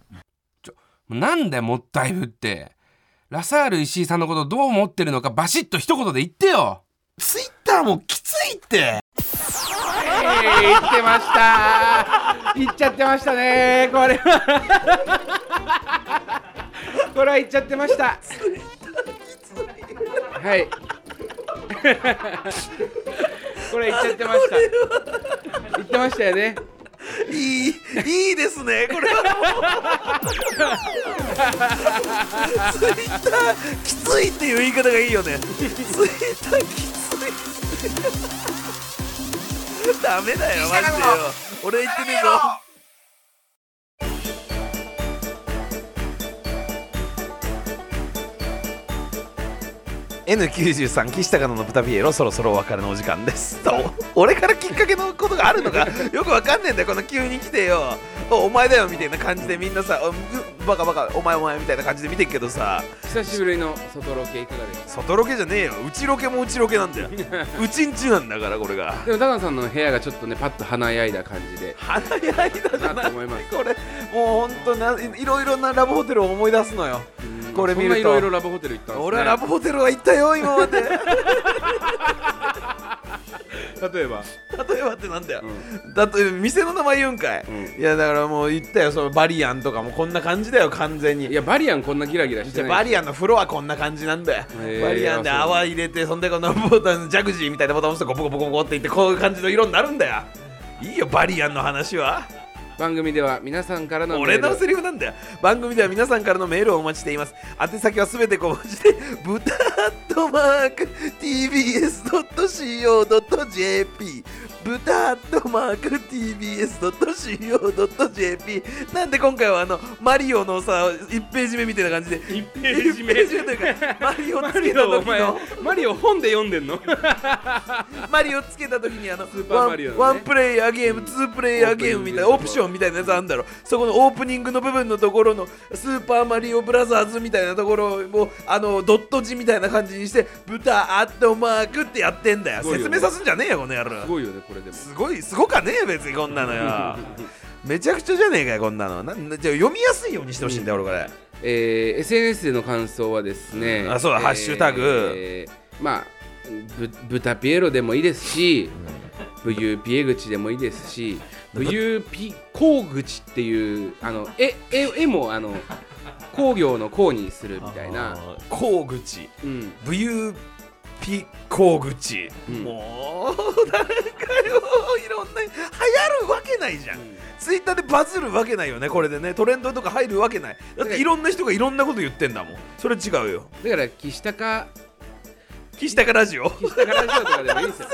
Speaker 1: なんだよもったいぶってラサール石井さんのことどう思ってるのかバシッと一言で言ってよ
Speaker 3: ツイッターもきついって
Speaker 1: えー、言ってました言っちゃってましたねこれはこれは言っちゃってましたはいこれ言っちゃってました言ってましたよね
Speaker 4: いいいいですねこれはもうツイッターきついっていう言い方がいいよねツイッターきついダメだよマジでよ俺言ってねえぞ93岸高野の豚ピエロそろそろお別れのお時間ですと俺からきっかけのことがあるのかよくわかんねえんだよこの急に来てよおお前だよみたいな感じでみんなさおうバカバカお前お前みたいな感じで見てるけどさ
Speaker 1: 久しぶりの外ロケいかがですか
Speaker 4: 外ロケじゃねえよ内ロケも内ロケなん だようちんちなんだからこれが
Speaker 1: でも高野さんの部屋がちょっとねパッと華やいだ感 じで
Speaker 4: 華やいだじゃ
Speaker 1: な
Speaker 4: な
Speaker 1: と
Speaker 4: い
Speaker 1: 思います
Speaker 4: これもうほんとないいろいろなラブホテルを思い出すのよこれ見ると
Speaker 1: そんないろいろラブホテル行ったんです、ね、
Speaker 4: 俺はラブホテルは行ったよ今まで例
Speaker 1: 例えば
Speaker 4: えばってなんだよ、
Speaker 1: う
Speaker 4: だって店の名前言うんかい、
Speaker 1: う
Speaker 4: いやだからもう言ったよそのバリアンとかもこんな感じだよ完全に
Speaker 1: いやバリアンこんなギラギラし
Speaker 4: じ
Speaker 1: て
Speaker 4: ゃあ
Speaker 1: ない
Speaker 4: バリアンの風呂はこんな感じなんだよ、
Speaker 1: へー
Speaker 4: バリアンで
Speaker 1: あそう
Speaker 4: 泡入れてそんでこのボタンジャグジーみたいなボタン押すとゴボゴボゴボっていってこういう感じの色になるんだよいいよバリアンの話は
Speaker 1: 番組では皆さんからのメ
Speaker 4: 俺
Speaker 1: ール
Speaker 4: のセリフなんだよ番組では皆さんからのメールをお待ちしています宛先はすべて小文字で 豚アットマーク TBS.CO.JP 豚アットマーク TBS.CO.JP なんで今回はあのマリオのさ1ページ目みたいな感じで
Speaker 5: 一ページ
Speaker 4: 1
Speaker 5: 目
Speaker 4: ページ目というかマリオ
Speaker 5: マ
Speaker 4: つけ
Speaker 5: リ
Speaker 4: た
Speaker 5: オお
Speaker 4: 時
Speaker 5: 前
Speaker 4: の
Speaker 5: マリオ本で読んでんの
Speaker 4: マリオつけた時にあの
Speaker 5: ーパーマリオのね
Speaker 4: ワンワンプレイヤーゲームツープレイヤーゲームみたいなオプションみたいなやつあんだろそこのオープニングの部分のところのスーパーマリオブラザーズみたいなところをあのドット字みたいな感じにして豚アットマークってやってんだよ
Speaker 5: すごいよね
Speaker 4: 説明さすんじゃねえよこの野郎
Speaker 5: すごいよねこれでも
Speaker 4: すごいすごかねえよ別にこんなのよめちゃくちゃじゃねえかよこんなのなんじゃあ読みやすいようにしてほしいんだよ、俺こ
Speaker 1: えー SNS での感想はですね、
Speaker 4: あそうだ
Speaker 1: えー
Speaker 4: ハッシュタグ
Speaker 1: えーまあぶ豚ピエロでもいいですし武勇ピエ口でもいいですし武勇ピコウ口っていうあのええ絵もあの工業の工にするみた
Speaker 4: れ
Speaker 1: いな、
Speaker 4: こう口
Speaker 1: うん、
Speaker 4: 武勇ピ小口、
Speaker 1: うん
Speaker 4: もうなんかよいろんな流行るわけないじゃん、ツイッターでバズるわけないよねこれでねトレンドとか入るわけないだっていろんな人がいろんなこと言ってんだもんそれ違うよ
Speaker 1: だから岸高
Speaker 4: 岸高ラジオ
Speaker 1: 岸高ラジオとかでもいい ですよ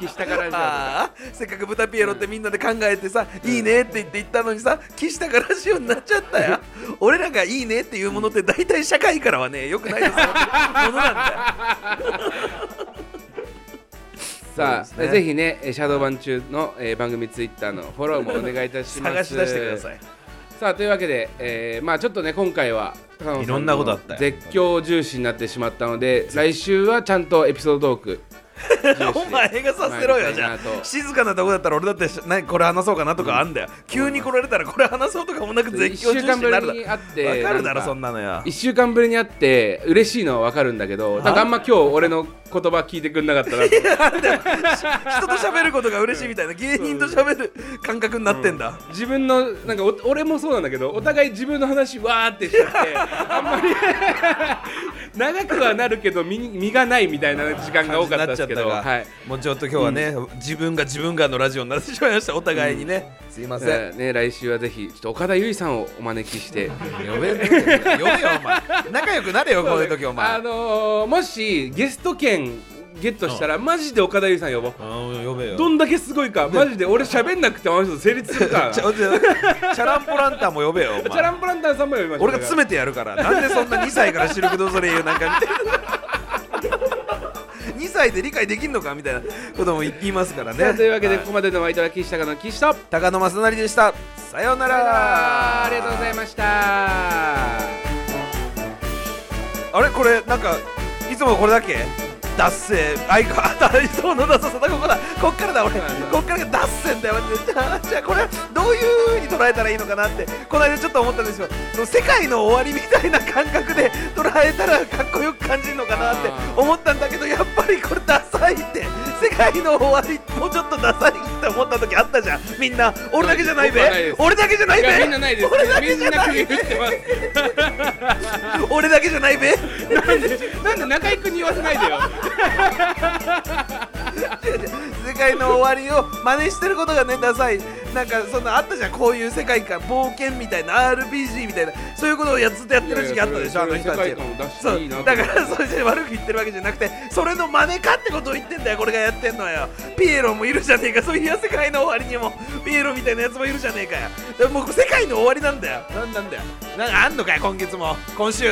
Speaker 1: 岸高ラジオとか
Speaker 4: ああせっかく豚ピエロってみんなで考えてさ、いいねって言って言ったのにさ岸高ラジオになっちゃったよ俺らがいいねっていうものって大体社会からはねよくないですよってものなんだ よ
Speaker 1: さあ、
Speaker 4: そうですね
Speaker 1: ぜひねえーシャドーバン中の、えー番組ツイッターのフォローもお願いいたします
Speaker 4: 探し出してください
Speaker 1: さあというわけで、えーまあちょっとね今回は高野さの
Speaker 4: いろんなことあったよ
Speaker 1: 絶叫重視になってしまったので来週はちゃんとエピソードトーク
Speaker 4: お前がさせろよじゃ
Speaker 1: まあみたいな
Speaker 4: あ
Speaker 1: と
Speaker 4: 静かなとこだったら俺だってし何これ話そうかなとかあんだよ、急に来られたらこれ話そうとかもなく
Speaker 1: 1
Speaker 4: 絶叫
Speaker 1: 週
Speaker 4: 中止
Speaker 1: 間ぶ
Speaker 4: にな
Speaker 1: り
Speaker 4: るだ
Speaker 1: に
Speaker 4: ろ
Speaker 1: 会って
Speaker 4: わかるだろ
Speaker 1: な
Speaker 4: そ
Speaker 1: ん
Speaker 4: んなのよ
Speaker 1: 1週間ぶりに会って嬉しいのはわかるんだけどなんかあんま今日俺の言葉聞いてくれなかったなと
Speaker 4: 人と喋ることが嬉しいみたいな芸人と喋る感覚になってんだ、
Speaker 1: 自分のなんかお俺もそうなんだけどお互い自分の話わーってしちゃ ってあんまり 長くはなるけど身に身がないみたいな時間が多かったですけど
Speaker 4: 感じになっちゃったが
Speaker 1: はい
Speaker 4: もうちょっと今日はね、自分が自分がのラジオになってしまいましたお互いにね、すいません、
Speaker 1: さあね、来週はぜひちょっと岡田結実さんをお招きして
Speaker 4: 呼べね呼べよお前仲良くなれよこういう時お前
Speaker 1: あのー、もしゲスト券ゲットしたらマジで岡田結実さん呼ぼう
Speaker 4: 呼べよ
Speaker 1: どんだけすごいかマジで俺喋んなくてもあの人成立するからな
Speaker 4: ち
Speaker 1: チ
Speaker 4: ょちょチャランポランタンも呼べよお前
Speaker 1: ャランポランタンさんも呼びましょう
Speaker 4: 俺が詰めてやるからなんでそんな2歳からシルク・ドゥ・ソレイユなんかみたいな2歳で理解できんのかみたいなことも言いますから
Speaker 1: さ
Speaker 4: ね
Speaker 1: あというわけで
Speaker 4: は
Speaker 1: ここまでのお相手は岸高の岸と
Speaker 4: 高野正成でしたさようなら
Speaker 1: ありがとうございました
Speaker 4: あれこれなんかいつもこれだっけ脱線 相変わらずそうなんだそうそうだここだこっからだ俺こっからが脱線だよマジでじゃあじゃあこれはどういう風に捉えたらいいのかなってこの間ちょっと思ったんですよその世界の終わりみたいな感覚で捉えたらかっこよく感じるのかなって思ったんだけどやっぱりこれダサいって世界の終わりもうちょっとダサいって思った時あったじゃんみんな俺だけじゃない
Speaker 1: 僕はないで
Speaker 4: べ
Speaker 1: す
Speaker 4: 俺だけじゃない
Speaker 1: いや
Speaker 4: べ
Speaker 1: みんなないです
Speaker 4: 俺だけ
Speaker 1: み
Speaker 4: じゃ
Speaker 1: んな
Speaker 4: ない
Speaker 1: 首
Speaker 4: べ
Speaker 1: 振ってます
Speaker 4: 俺だけじゃないべ
Speaker 1: なんで中居君に言わせないでよ
Speaker 4: 世界の終わりを真似してることがねダサいなんかそんなあったじゃんこういう世界観冒険みたいな RPG みたいなそういうことをやずっとやってる時期あったでしょあ
Speaker 1: い
Speaker 4: の
Speaker 1: やい
Speaker 4: 人
Speaker 1: やそ
Speaker 4: た
Speaker 1: れ
Speaker 4: ち
Speaker 1: 世界観を出して
Speaker 4: そ
Speaker 1: いういなと
Speaker 4: だからそれで悪く言ってるわけじゃなくてそれの真似かってことを言ってんだよこれがやってんのよピエロもいるじゃねえかそういう世界の終わりにもピエロみたいなやつもいるじゃねえかよでももう世界の終わりなんだよなんなんだよなんかあんのかよ今月も今週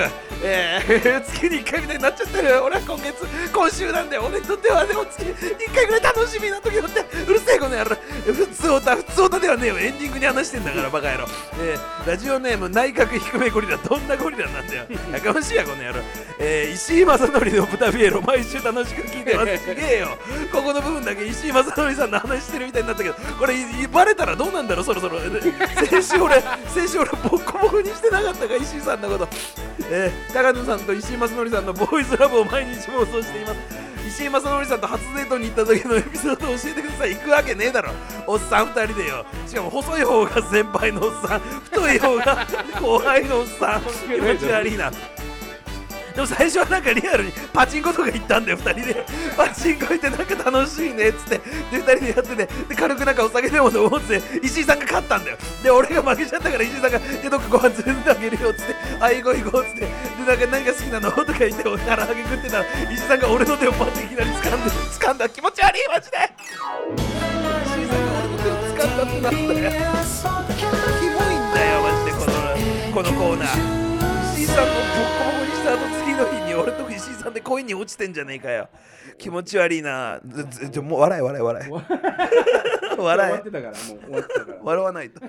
Speaker 4: えー、 月に1回みたいになっちゃってる俺は今月今週なんだよ俺にとってはでも月に1回ぐらい楽しみな時だってうるせえこの野郎普通オタ普通オタではねえよエンディングに話してんだからバカ野郎、えー、ラジオネーム内閣低めゴリラどんなゴリラなんだよやかましいやこの野郎、えー、石井正則の豚ビエロ毎週楽しく聞いてますすげえよここの部分だけ石井正則さんの話してるみたいになったけどこれいバレたらどうなんだろうそろそろ先週俺先週俺ボッコボコにしてなかったか石井さんのこと、えー、高野さんと石井正則さんのボーイズラブを毎日妄想しています石井正則さんと初デートに行った時のエピソードを教えてください行くわけねえだろおっさん2人でよしかも細い方が先輩のおっさん太い方が後輩のおっさん気持ち悪いなでも最初はなんかリアルにパチンコとか行ったんだよ2人で パチンコ行ってなんか楽しいねっつってで2人でやっててで軽くなんかお酒でも飲もうっつって石井さんが勝ったんだよで俺が負けちゃったから石井さんが「でどっかご飯連れてってあげるよ」っつって「あ行こう行こう」っつってでなんか何が好きなのとか言ってお唐揚げ食ってたら石井さんが俺の手をパッていきなり掴んで掴んだ気持ち悪いマジで石井さんが俺の手を掴んだってなんだよ
Speaker 2: TBS
Speaker 4: キモいんだよマジでこのこのコーナー石井さんのボッコボコにした後次の日に俺と石井さんで恋に落ちてんじゃねえかよ気持ち悪いなずずちょもう笑え笑え笑え
Speaker 1: 終わ
Speaker 4: 笑
Speaker 1: っ
Speaker 4: え
Speaker 1: てたからもう終わってたから
Speaker 4: 笑わないと